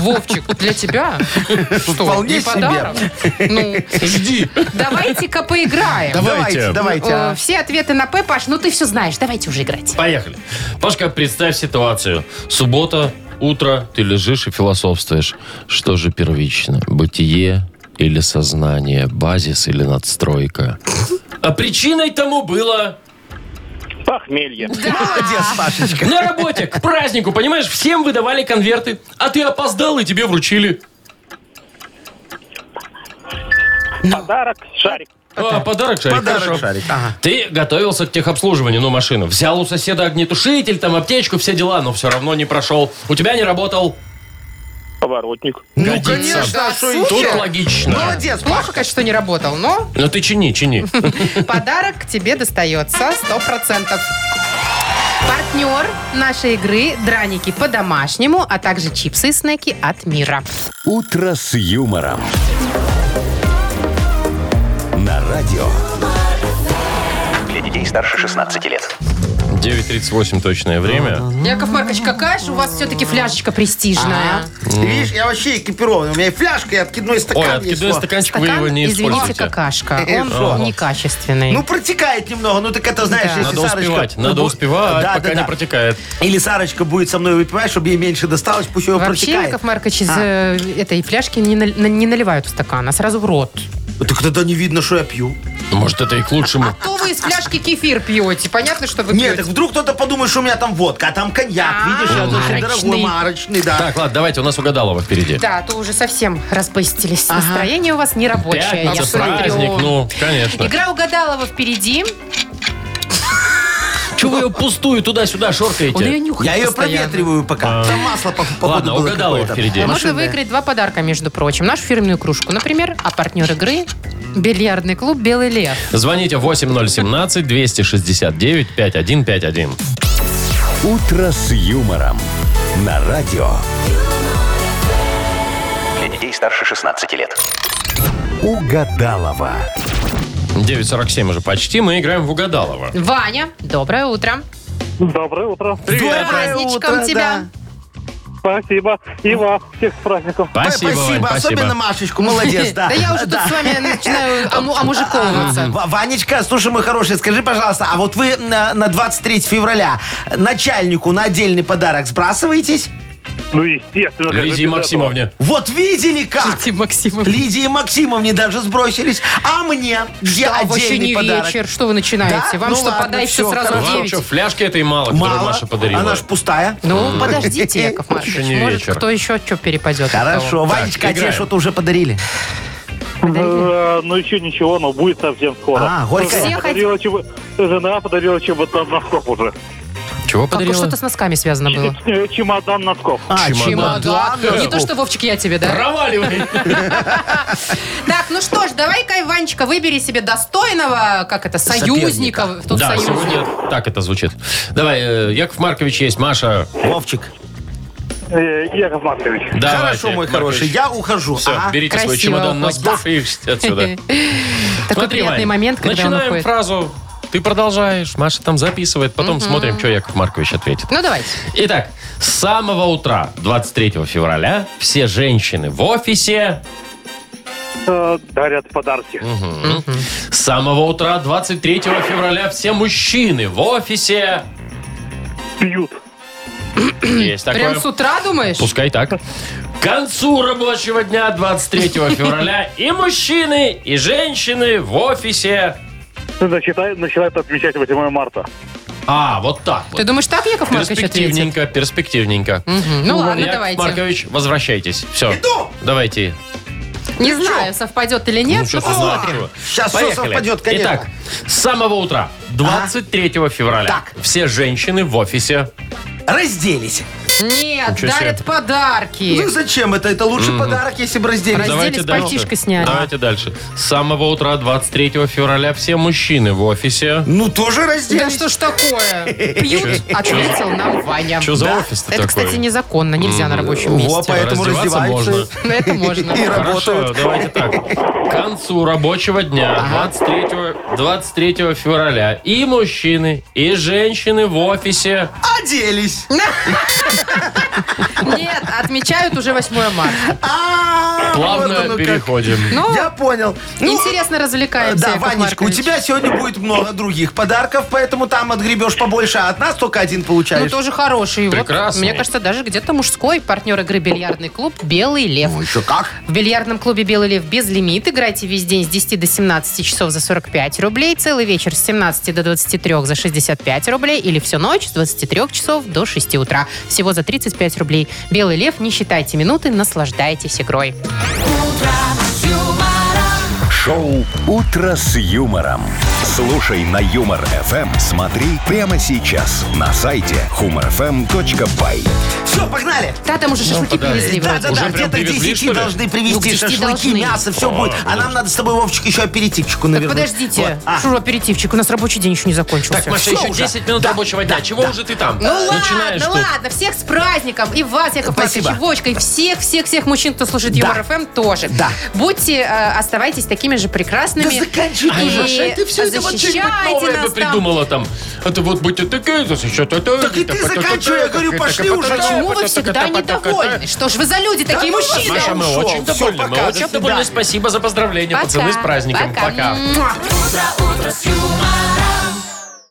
[SPEAKER 5] Вовчик, для тебя? Что,
[SPEAKER 6] Вполне
[SPEAKER 5] не
[SPEAKER 6] себе.
[SPEAKER 5] подарок? Ну,
[SPEAKER 4] Жди.
[SPEAKER 5] давайте-ка поиграем.
[SPEAKER 4] Давайте.
[SPEAKER 6] Давайте, давайте.
[SPEAKER 5] Э,
[SPEAKER 6] а.
[SPEAKER 5] Все ответы на П, Паш, ну ты все знаешь, давайте уже играть.
[SPEAKER 4] Поехали. Пашка, представь ситуацию. Суббота, утро, ты лежишь и философствуешь. Что же первично? Бытие или сознание? Базис или надстройка? А причиной тому было
[SPEAKER 8] Похмелье.
[SPEAKER 6] Молодец, Пашечка.
[SPEAKER 4] на работе, к празднику, понимаешь? Всем выдавали конверты, а ты опоздал и тебе вручили.
[SPEAKER 8] Подарок, шарик.
[SPEAKER 4] А, подарок, шарик.
[SPEAKER 6] Подарок,
[SPEAKER 4] хорошо.
[SPEAKER 6] шарик. Ага.
[SPEAKER 4] Ты готовился к техобслуживанию, ну, машину. Взял у соседа огнетушитель, там, аптечку, все дела, но все равно не прошел. У тебя не работал.
[SPEAKER 8] Поворотник.
[SPEAKER 6] Ну,
[SPEAKER 4] Годится.
[SPEAKER 6] конечно, а что
[SPEAKER 5] Тут
[SPEAKER 6] еще?
[SPEAKER 4] Тут логично.
[SPEAKER 6] Молодец,
[SPEAKER 5] Плохо,
[SPEAKER 6] Пашка.
[SPEAKER 5] конечно, что не работал, но
[SPEAKER 4] Ну ты чини, чини.
[SPEAKER 5] подарок тебе достается 100%. Партнер нашей игры – драники по-домашнему, а также чипсы и снеки от мира.
[SPEAKER 1] «Утро с юмором». На радио.
[SPEAKER 7] Для детей старше 16 лет.
[SPEAKER 4] 9.38 точное время.
[SPEAKER 5] Яков Маркович, какая же у вас все-таки фляжечка
[SPEAKER 4] А,
[SPEAKER 5] престижная?
[SPEAKER 6] Видишь, я вообще экипированный. У меня и фляжка, и откидной стакан
[SPEAKER 4] Ой,
[SPEAKER 6] есть.
[SPEAKER 4] откидной
[SPEAKER 6] во.
[SPEAKER 4] стаканчик, вы его
[SPEAKER 5] Стакан,
[SPEAKER 4] не
[SPEAKER 5] извините,
[SPEAKER 4] используете.
[SPEAKER 5] какашка.
[SPEAKER 6] Э, что?
[SPEAKER 5] Он некачественный.
[SPEAKER 6] Ну, протекает немного. Ну, так это, знаешь,
[SPEAKER 5] Да.
[SPEAKER 6] если
[SPEAKER 4] Надо
[SPEAKER 6] Сарочка...
[SPEAKER 4] успевать,
[SPEAKER 6] Ну,
[SPEAKER 4] надо
[SPEAKER 6] бу-
[SPEAKER 4] успевать,
[SPEAKER 6] Да,
[SPEAKER 4] пока
[SPEAKER 6] да,
[SPEAKER 4] не
[SPEAKER 6] да.
[SPEAKER 4] протекает.
[SPEAKER 6] Или Сарочка будет со мной выпивать, чтобы ей меньше досталось, пусть ее
[SPEAKER 5] Вообще,
[SPEAKER 6] протекает.
[SPEAKER 5] Яков Маркович, из
[SPEAKER 6] А.
[SPEAKER 5] э, этой фляжки не, нал- на- не наливают в стакан, а сразу в рот.
[SPEAKER 6] Ну, Так тогда не видно, что я пью.
[SPEAKER 4] Ну, Может, это и к лучшему.
[SPEAKER 5] То вы из фляжки кефир пьете. Понятно, что вы
[SPEAKER 6] Нет,
[SPEAKER 5] пьете.
[SPEAKER 6] так вдруг кто-то подумает, что у меня там водка, а там коньяк.
[SPEAKER 5] А,
[SPEAKER 6] Видишь, я очень дорогой,
[SPEAKER 5] марочный.
[SPEAKER 6] марочный, да.
[SPEAKER 4] Так, ладно, давайте, у нас угадалово впереди.
[SPEAKER 5] Да, то уже совсем распустились. Настроение у вас не рабочее, я
[SPEAKER 4] Пятница,
[SPEAKER 5] смотрю.
[SPEAKER 4] праздник, ну, конечно.
[SPEAKER 5] Игра угадалова впереди.
[SPEAKER 4] Чего вы ее пустую туда-сюда
[SPEAKER 5] Он ее
[SPEAKER 4] шоркаете?
[SPEAKER 5] нюхает
[SPEAKER 6] Я ее
[SPEAKER 5] постоянно.
[SPEAKER 6] проветриваю пока. Там масло по- походу
[SPEAKER 4] А. Ладно,
[SPEAKER 6] было
[SPEAKER 4] угадалово
[SPEAKER 6] какое-то.
[SPEAKER 4] впереди.
[SPEAKER 5] А Можно
[SPEAKER 6] Машинное.
[SPEAKER 5] выиграть два подарка, между прочим. Нашу фирменную кружку, например, а партнер игры – бильярдный клуб «Белый лев».
[SPEAKER 4] Звоните 8017-269-5151.
[SPEAKER 1] «Утро с юмором». На радио.
[SPEAKER 7] Для детей старше 16 лет.
[SPEAKER 1] Угадалова.
[SPEAKER 4] 9.47 уже почти, мы играем в угадалово.
[SPEAKER 5] Ваня, доброе утро.
[SPEAKER 8] Доброе утро.
[SPEAKER 5] С праздничком
[SPEAKER 6] утро,
[SPEAKER 5] тебя.
[SPEAKER 8] Спасибо. И вас. Всех с праздником.
[SPEAKER 4] Спасибо, Вань,
[SPEAKER 6] особенно
[SPEAKER 4] спасибо.
[SPEAKER 6] Машечку, молодец, да.
[SPEAKER 5] Да я уже тут с вами начинаю ому- омужиковываться.
[SPEAKER 6] Ва- Ванечка, слушай, мой хороший, скажи, пожалуйста, а вот вы на, на 23 февраля начальнику на отдельный подарок сбрасываетесь?
[SPEAKER 8] Ну, естественно. как же
[SPEAKER 4] Лидии
[SPEAKER 8] без
[SPEAKER 4] Максимовне.
[SPEAKER 6] Вот видели как?
[SPEAKER 5] Тим Максимов.
[SPEAKER 6] Лидии Максимовне даже сбросились, а мне где
[SPEAKER 5] Да, вообще
[SPEAKER 6] отдельный
[SPEAKER 5] не
[SPEAKER 6] подарок?
[SPEAKER 5] вечер. Что вы начинаете?
[SPEAKER 6] Да?
[SPEAKER 5] Вам
[SPEAKER 6] Ну
[SPEAKER 5] что,
[SPEAKER 6] ладно,
[SPEAKER 5] подай все,
[SPEAKER 6] всё,
[SPEAKER 5] сразу в
[SPEAKER 6] хорошо.
[SPEAKER 4] Вам
[SPEAKER 5] девять?
[SPEAKER 4] что, фляжки этой мало, которую
[SPEAKER 6] Мало,
[SPEAKER 4] Маша подарила?
[SPEAKER 6] она ж пустая.
[SPEAKER 5] Ну, подождите, Яков
[SPEAKER 4] Еще
[SPEAKER 5] Маркович.
[SPEAKER 4] не
[SPEAKER 5] Может,
[SPEAKER 4] вечер.
[SPEAKER 5] кто еще что перепадет. от того.
[SPEAKER 6] Хорошо, Ванечка, а тебе
[SPEAKER 4] играем.
[SPEAKER 6] что-то уже подарили?
[SPEAKER 8] Э, Ну, еще ничего, но будет совсем скоро.
[SPEAKER 6] А, горькая.
[SPEAKER 5] Всех
[SPEAKER 8] Жена подарила чебо- Жена подарила чемодан носков уже.
[SPEAKER 4] Чего
[SPEAKER 5] Как
[SPEAKER 4] подарила?
[SPEAKER 5] Что-то с носками связано было.
[SPEAKER 8] Э, Чемодан носков.
[SPEAKER 6] А,
[SPEAKER 4] чемодан.
[SPEAKER 5] Не то, что, Вовчик, я тебе, да?
[SPEAKER 4] Проваливай.
[SPEAKER 5] Так, ну что ж, давай-ка, Иванечка, выбери себе достойного, как это, союзника. Тут
[SPEAKER 4] Да,
[SPEAKER 5] союз.
[SPEAKER 4] сегодня так это звучит. Давай, э, Яков Маркович есть, Маша.
[SPEAKER 6] Вовчик.
[SPEAKER 8] Э, Яков Маркович.
[SPEAKER 4] Давайте,
[SPEAKER 6] Хорошо, мой
[SPEAKER 4] Маркович.
[SPEAKER 6] хороший, я ухожу.
[SPEAKER 4] Все,
[SPEAKER 6] а?
[SPEAKER 4] берите свой
[SPEAKER 5] красиво
[SPEAKER 4] чемодан
[SPEAKER 5] хоть.
[SPEAKER 4] носков и отсюда.
[SPEAKER 5] Такой
[SPEAKER 4] Смотри,
[SPEAKER 5] приятный
[SPEAKER 4] Вань,
[SPEAKER 5] момент, когда он
[SPEAKER 4] Начинаем
[SPEAKER 5] уходит.
[SPEAKER 4] фразу. Ты продолжаешь, Маша там записывает, потом смотрим, что Яков Маркович ответит.
[SPEAKER 5] Ну, давайте.
[SPEAKER 4] Итак, с самого утра, 23 февраля, все женщины в офисе.
[SPEAKER 8] Э, Дарят подарки.
[SPEAKER 4] С самого утра, 23 февраля, все мужчины в офисе.
[SPEAKER 8] Пьют.
[SPEAKER 4] Есть такое.
[SPEAKER 5] Прям с утра думаешь?
[SPEAKER 4] Пускай так. К концу рабочего дня 23 февраля и мужчины, и женщины в офисе.
[SPEAKER 8] Начинают, начинают отмечать 8 марта.
[SPEAKER 4] А, вот так
[SPEAKER 5] Ты
[SPEAKER 4] вот.
[SPEAKER 5] думаешь, так Яков Маркович ответит?
[SPEAKER 4] Перспективненько, перспективненько.
[SPEAKER 5] Мгм. Ну ладно,
[SPEAKER 4] Яков
[SPEAKER 5] давайте.
[SPEAKER 4] Маркович, возвращайтесь. Все. Давайте.
[SPEAKER 5] Не знаю, совпадет или нет,
[SPEAKER 4] что
[SPEAKER 5] но
[SPEAKER 4] ты
[SPEAKER 5] посмотрим.
[SPEAKER 4] знаешь.
[SPEAKER 6] Сейчас все
[SPEAKER 4] Поехали.
[SPEAKER 6] совпадет, конечно.
[SPEAKER 4] Итак, с самого утра, 23 февраля,
[SPEAKER 6] Так.
[SPEAKER 4] все женщины в офисе.
[SPEAKER 6] Разделись.
[SPEAKER 5] Нет,
[SPEAKER 4] Ничего
[SPEAKER 5] дарят
[SPEAKER 4] себе.
[SPEAKER 5] подарки.
[SPEAKER 6] Ну, зачем это? Это лучший подарок, если бы разделить.
[SPEAKER 5] Раз- Разделись, пальтишко сняли.
[SPEAKER 4] Давайте дальше. С самого утра 23 февраля все мужчины в офисе.
[SPEAKER 6] Ну, тоже разделить.
[SPEAKER 5] Да что ж такое? Пьют, ответил нам Ваня.
[SPEAKER 4] Что за
[SPEAKER 5] Да.
[SPEAKER 4] офис
[SPEAKER 5] Это, кстати, незаконно. Нельзя на рабочем
[SPEAKER 6] Во,
[SPEAKER 5] месте.
[SPEAKER 6] поэтому
[SPEAKER 4] Раздеваться
[SPEAKER 6] раздеваются.
[SPEAKER 5] Но это можно.
[SPEAKER 6] И
[SPEAKER 4] Хорошо,
[SPEAKER 6] работают.
[SPEAKER 4] давайте так. К концу рабочего дня 23, 23 февраля и мужчины, и женщины в офисе.
[SPEAKER 6] А, Оделись.
[SPEAKER 5] Нет, отмечают уже 8 марта.
[SPEAKER 6] А, вот
[SPEAKER 4] Плавно
[SPEAKER 6] оно как.
[SPEAKER 4] переходим.
[SPEAKER 5] Ну,
[SPEAKER 6] Я понял. Ну,
[SPEAKER 5] интересно развлекаемся,
[SPEAKER 6] Да,
[SPEAKER 5] Яков
[SPEAKER 6] Ванечка, у
[SPEAKER 5] Маркович.
[SPEAKER 6] тебя сегодня будет много других подарков, поэтому там отгребешь побольше, а от нас только один
[SPEAKER 5] Ну,
[SPEAKER 6] получаешь.
[SPEAKER 5] тоже хороший. Вот,
[SPEAKER 4] Прекрасный.
[SPEAKER 5] мне кажется, даже где-то мужской партнер игры «Бильярдный клуб» «Белый лев».
[SPEAKER 6] Ну, еще как?
[SPEAKER 5] В бильярдном клубе «Белый лев» без лимит. Играйте весь день с 10 до 17 часов за 45 рублей, целый вечер с 17 до 23 за 65 рублей или всю ночь с 23 часов до 6 утра. Всего за 35 рублей. «Белый лев», не считайте минуты, наслаждайтесь игрой.
[SPEAKER 1] Шоу «Утро с юмором». Слушай на Юмор ФМ. Смотри прямо сейчас на сайте humorfm.by.
[SPEAKER 6] Все, погнали.
[SPEAKER 5] Да, там уже шашлыки
[SPEAKER 4] подожди.
[SPEAKER 5] привезли
[SPEAKER 6] Ну, Да,
[SPEAKER 5] вроде.
[SPEAKER 6] да,
[SPEAKER 4] Уже
[SPEAKER 6] да,
[SPEAKER 4] прям
[SPEAKER 6] где-то к
[SPEAKER 4] привезли,
[SPEAKER 6] 10
[SPEAKER 4] что ли?
[SPEAKER 6] должны
[SPEAKER 5] Ну, к
[SPEAKER 6] привезти
[SPEAKER 5] 10
[SPEAKER 6] шашлыки,
[SPEAKER 5] должны.
[SPEAKER 6] мясо, все будет. А нам надо с тобой, Вовчик, еще аперитивчику
[SPEAKER 5] Так,
[SPEAKER 6] А. наверное.
[SPEAKER 5] подождите, Шура, аперитивчик, у нас рабочий день еще не закончился.
[SPEAKER 4] Так, Маша,
[SPEAKER 6] Всё
[SPEAKER 4] еще
[SPEAKER 6] уже.
[SPEAKER 4] 10 минут
[SPEAKER 6] Да,
[SPEAKER 4] рабочего дня.
[SPEAKER 6] да,
[SPEAKER 4] Чего
[SPEAKER 6] да.
[SPEAKER 4] уже ты там?
[SPEAKER 6] Э,
[SPEAKER 5] Ну ладно,
[SPEAKER 4] Начинаешь
[SPEAKER 5] ну
[SPEAKER 4] тут.
[SPEAKER 5] ладно, всех с праздником. И вас, Яков Маркович,
[SPEAKER 6] Спасибо.
[SPEAKER 5] и Вовочка, и всех-всех-всех мужчин, кто слушает
[SPEAKER 6] Да.
[SPEAKER 5] Юмор ФМ, тоже.
[SPEAKER 6] Да.
[SPEAKER 5] Будьте, э, оставайтесь такими же прекрасными.
[SPEAKER 6] Да заканчивай
[SPEAKER 5] И
[SPEAKER 6] уже, Шай, ты всё это вот
[SPEAKER 5] защищайте
[SPEAKER 4] Что-нибудь новое
[SPEAKER 5] нас
[SPEAKER 4] бы
[SPEAKER 5] там.
[SPEAKER 4] придумала там. Это вот будьте такие, за счет
[SPEAKER 6] Так и ты заканчивай, я говорю, пошли уже.
[SPEAKER 5] Почему вы всегда недовольны? Что ж вы за люди такие,
[SPEAKER 6] ну вас,
[SPEAKER 5] мужчины?
[SPEAKER 4] Маша, мы
[SPEAKER 6] Ушел.
[SPEAKER 4] очень
[SPEAKER 6] Всё,
[SPEAKER 4] довольны. Мы
[SPEAKER 6] пока,
[SPEAKER 4] очень
[SPEAKER 6] до
[SPEAKER 4] довольны.
[SPEAKER 6] свидания.
[SPEAKER 4] Спасибо за поздравления,
[SPEAKER 5] Пока,
[SPEAKER 4] пацаны, с праздником.
[SPEAKER 5] пока.
[SPEAKER 4] Пока.
[SPEAKER 5] Муа.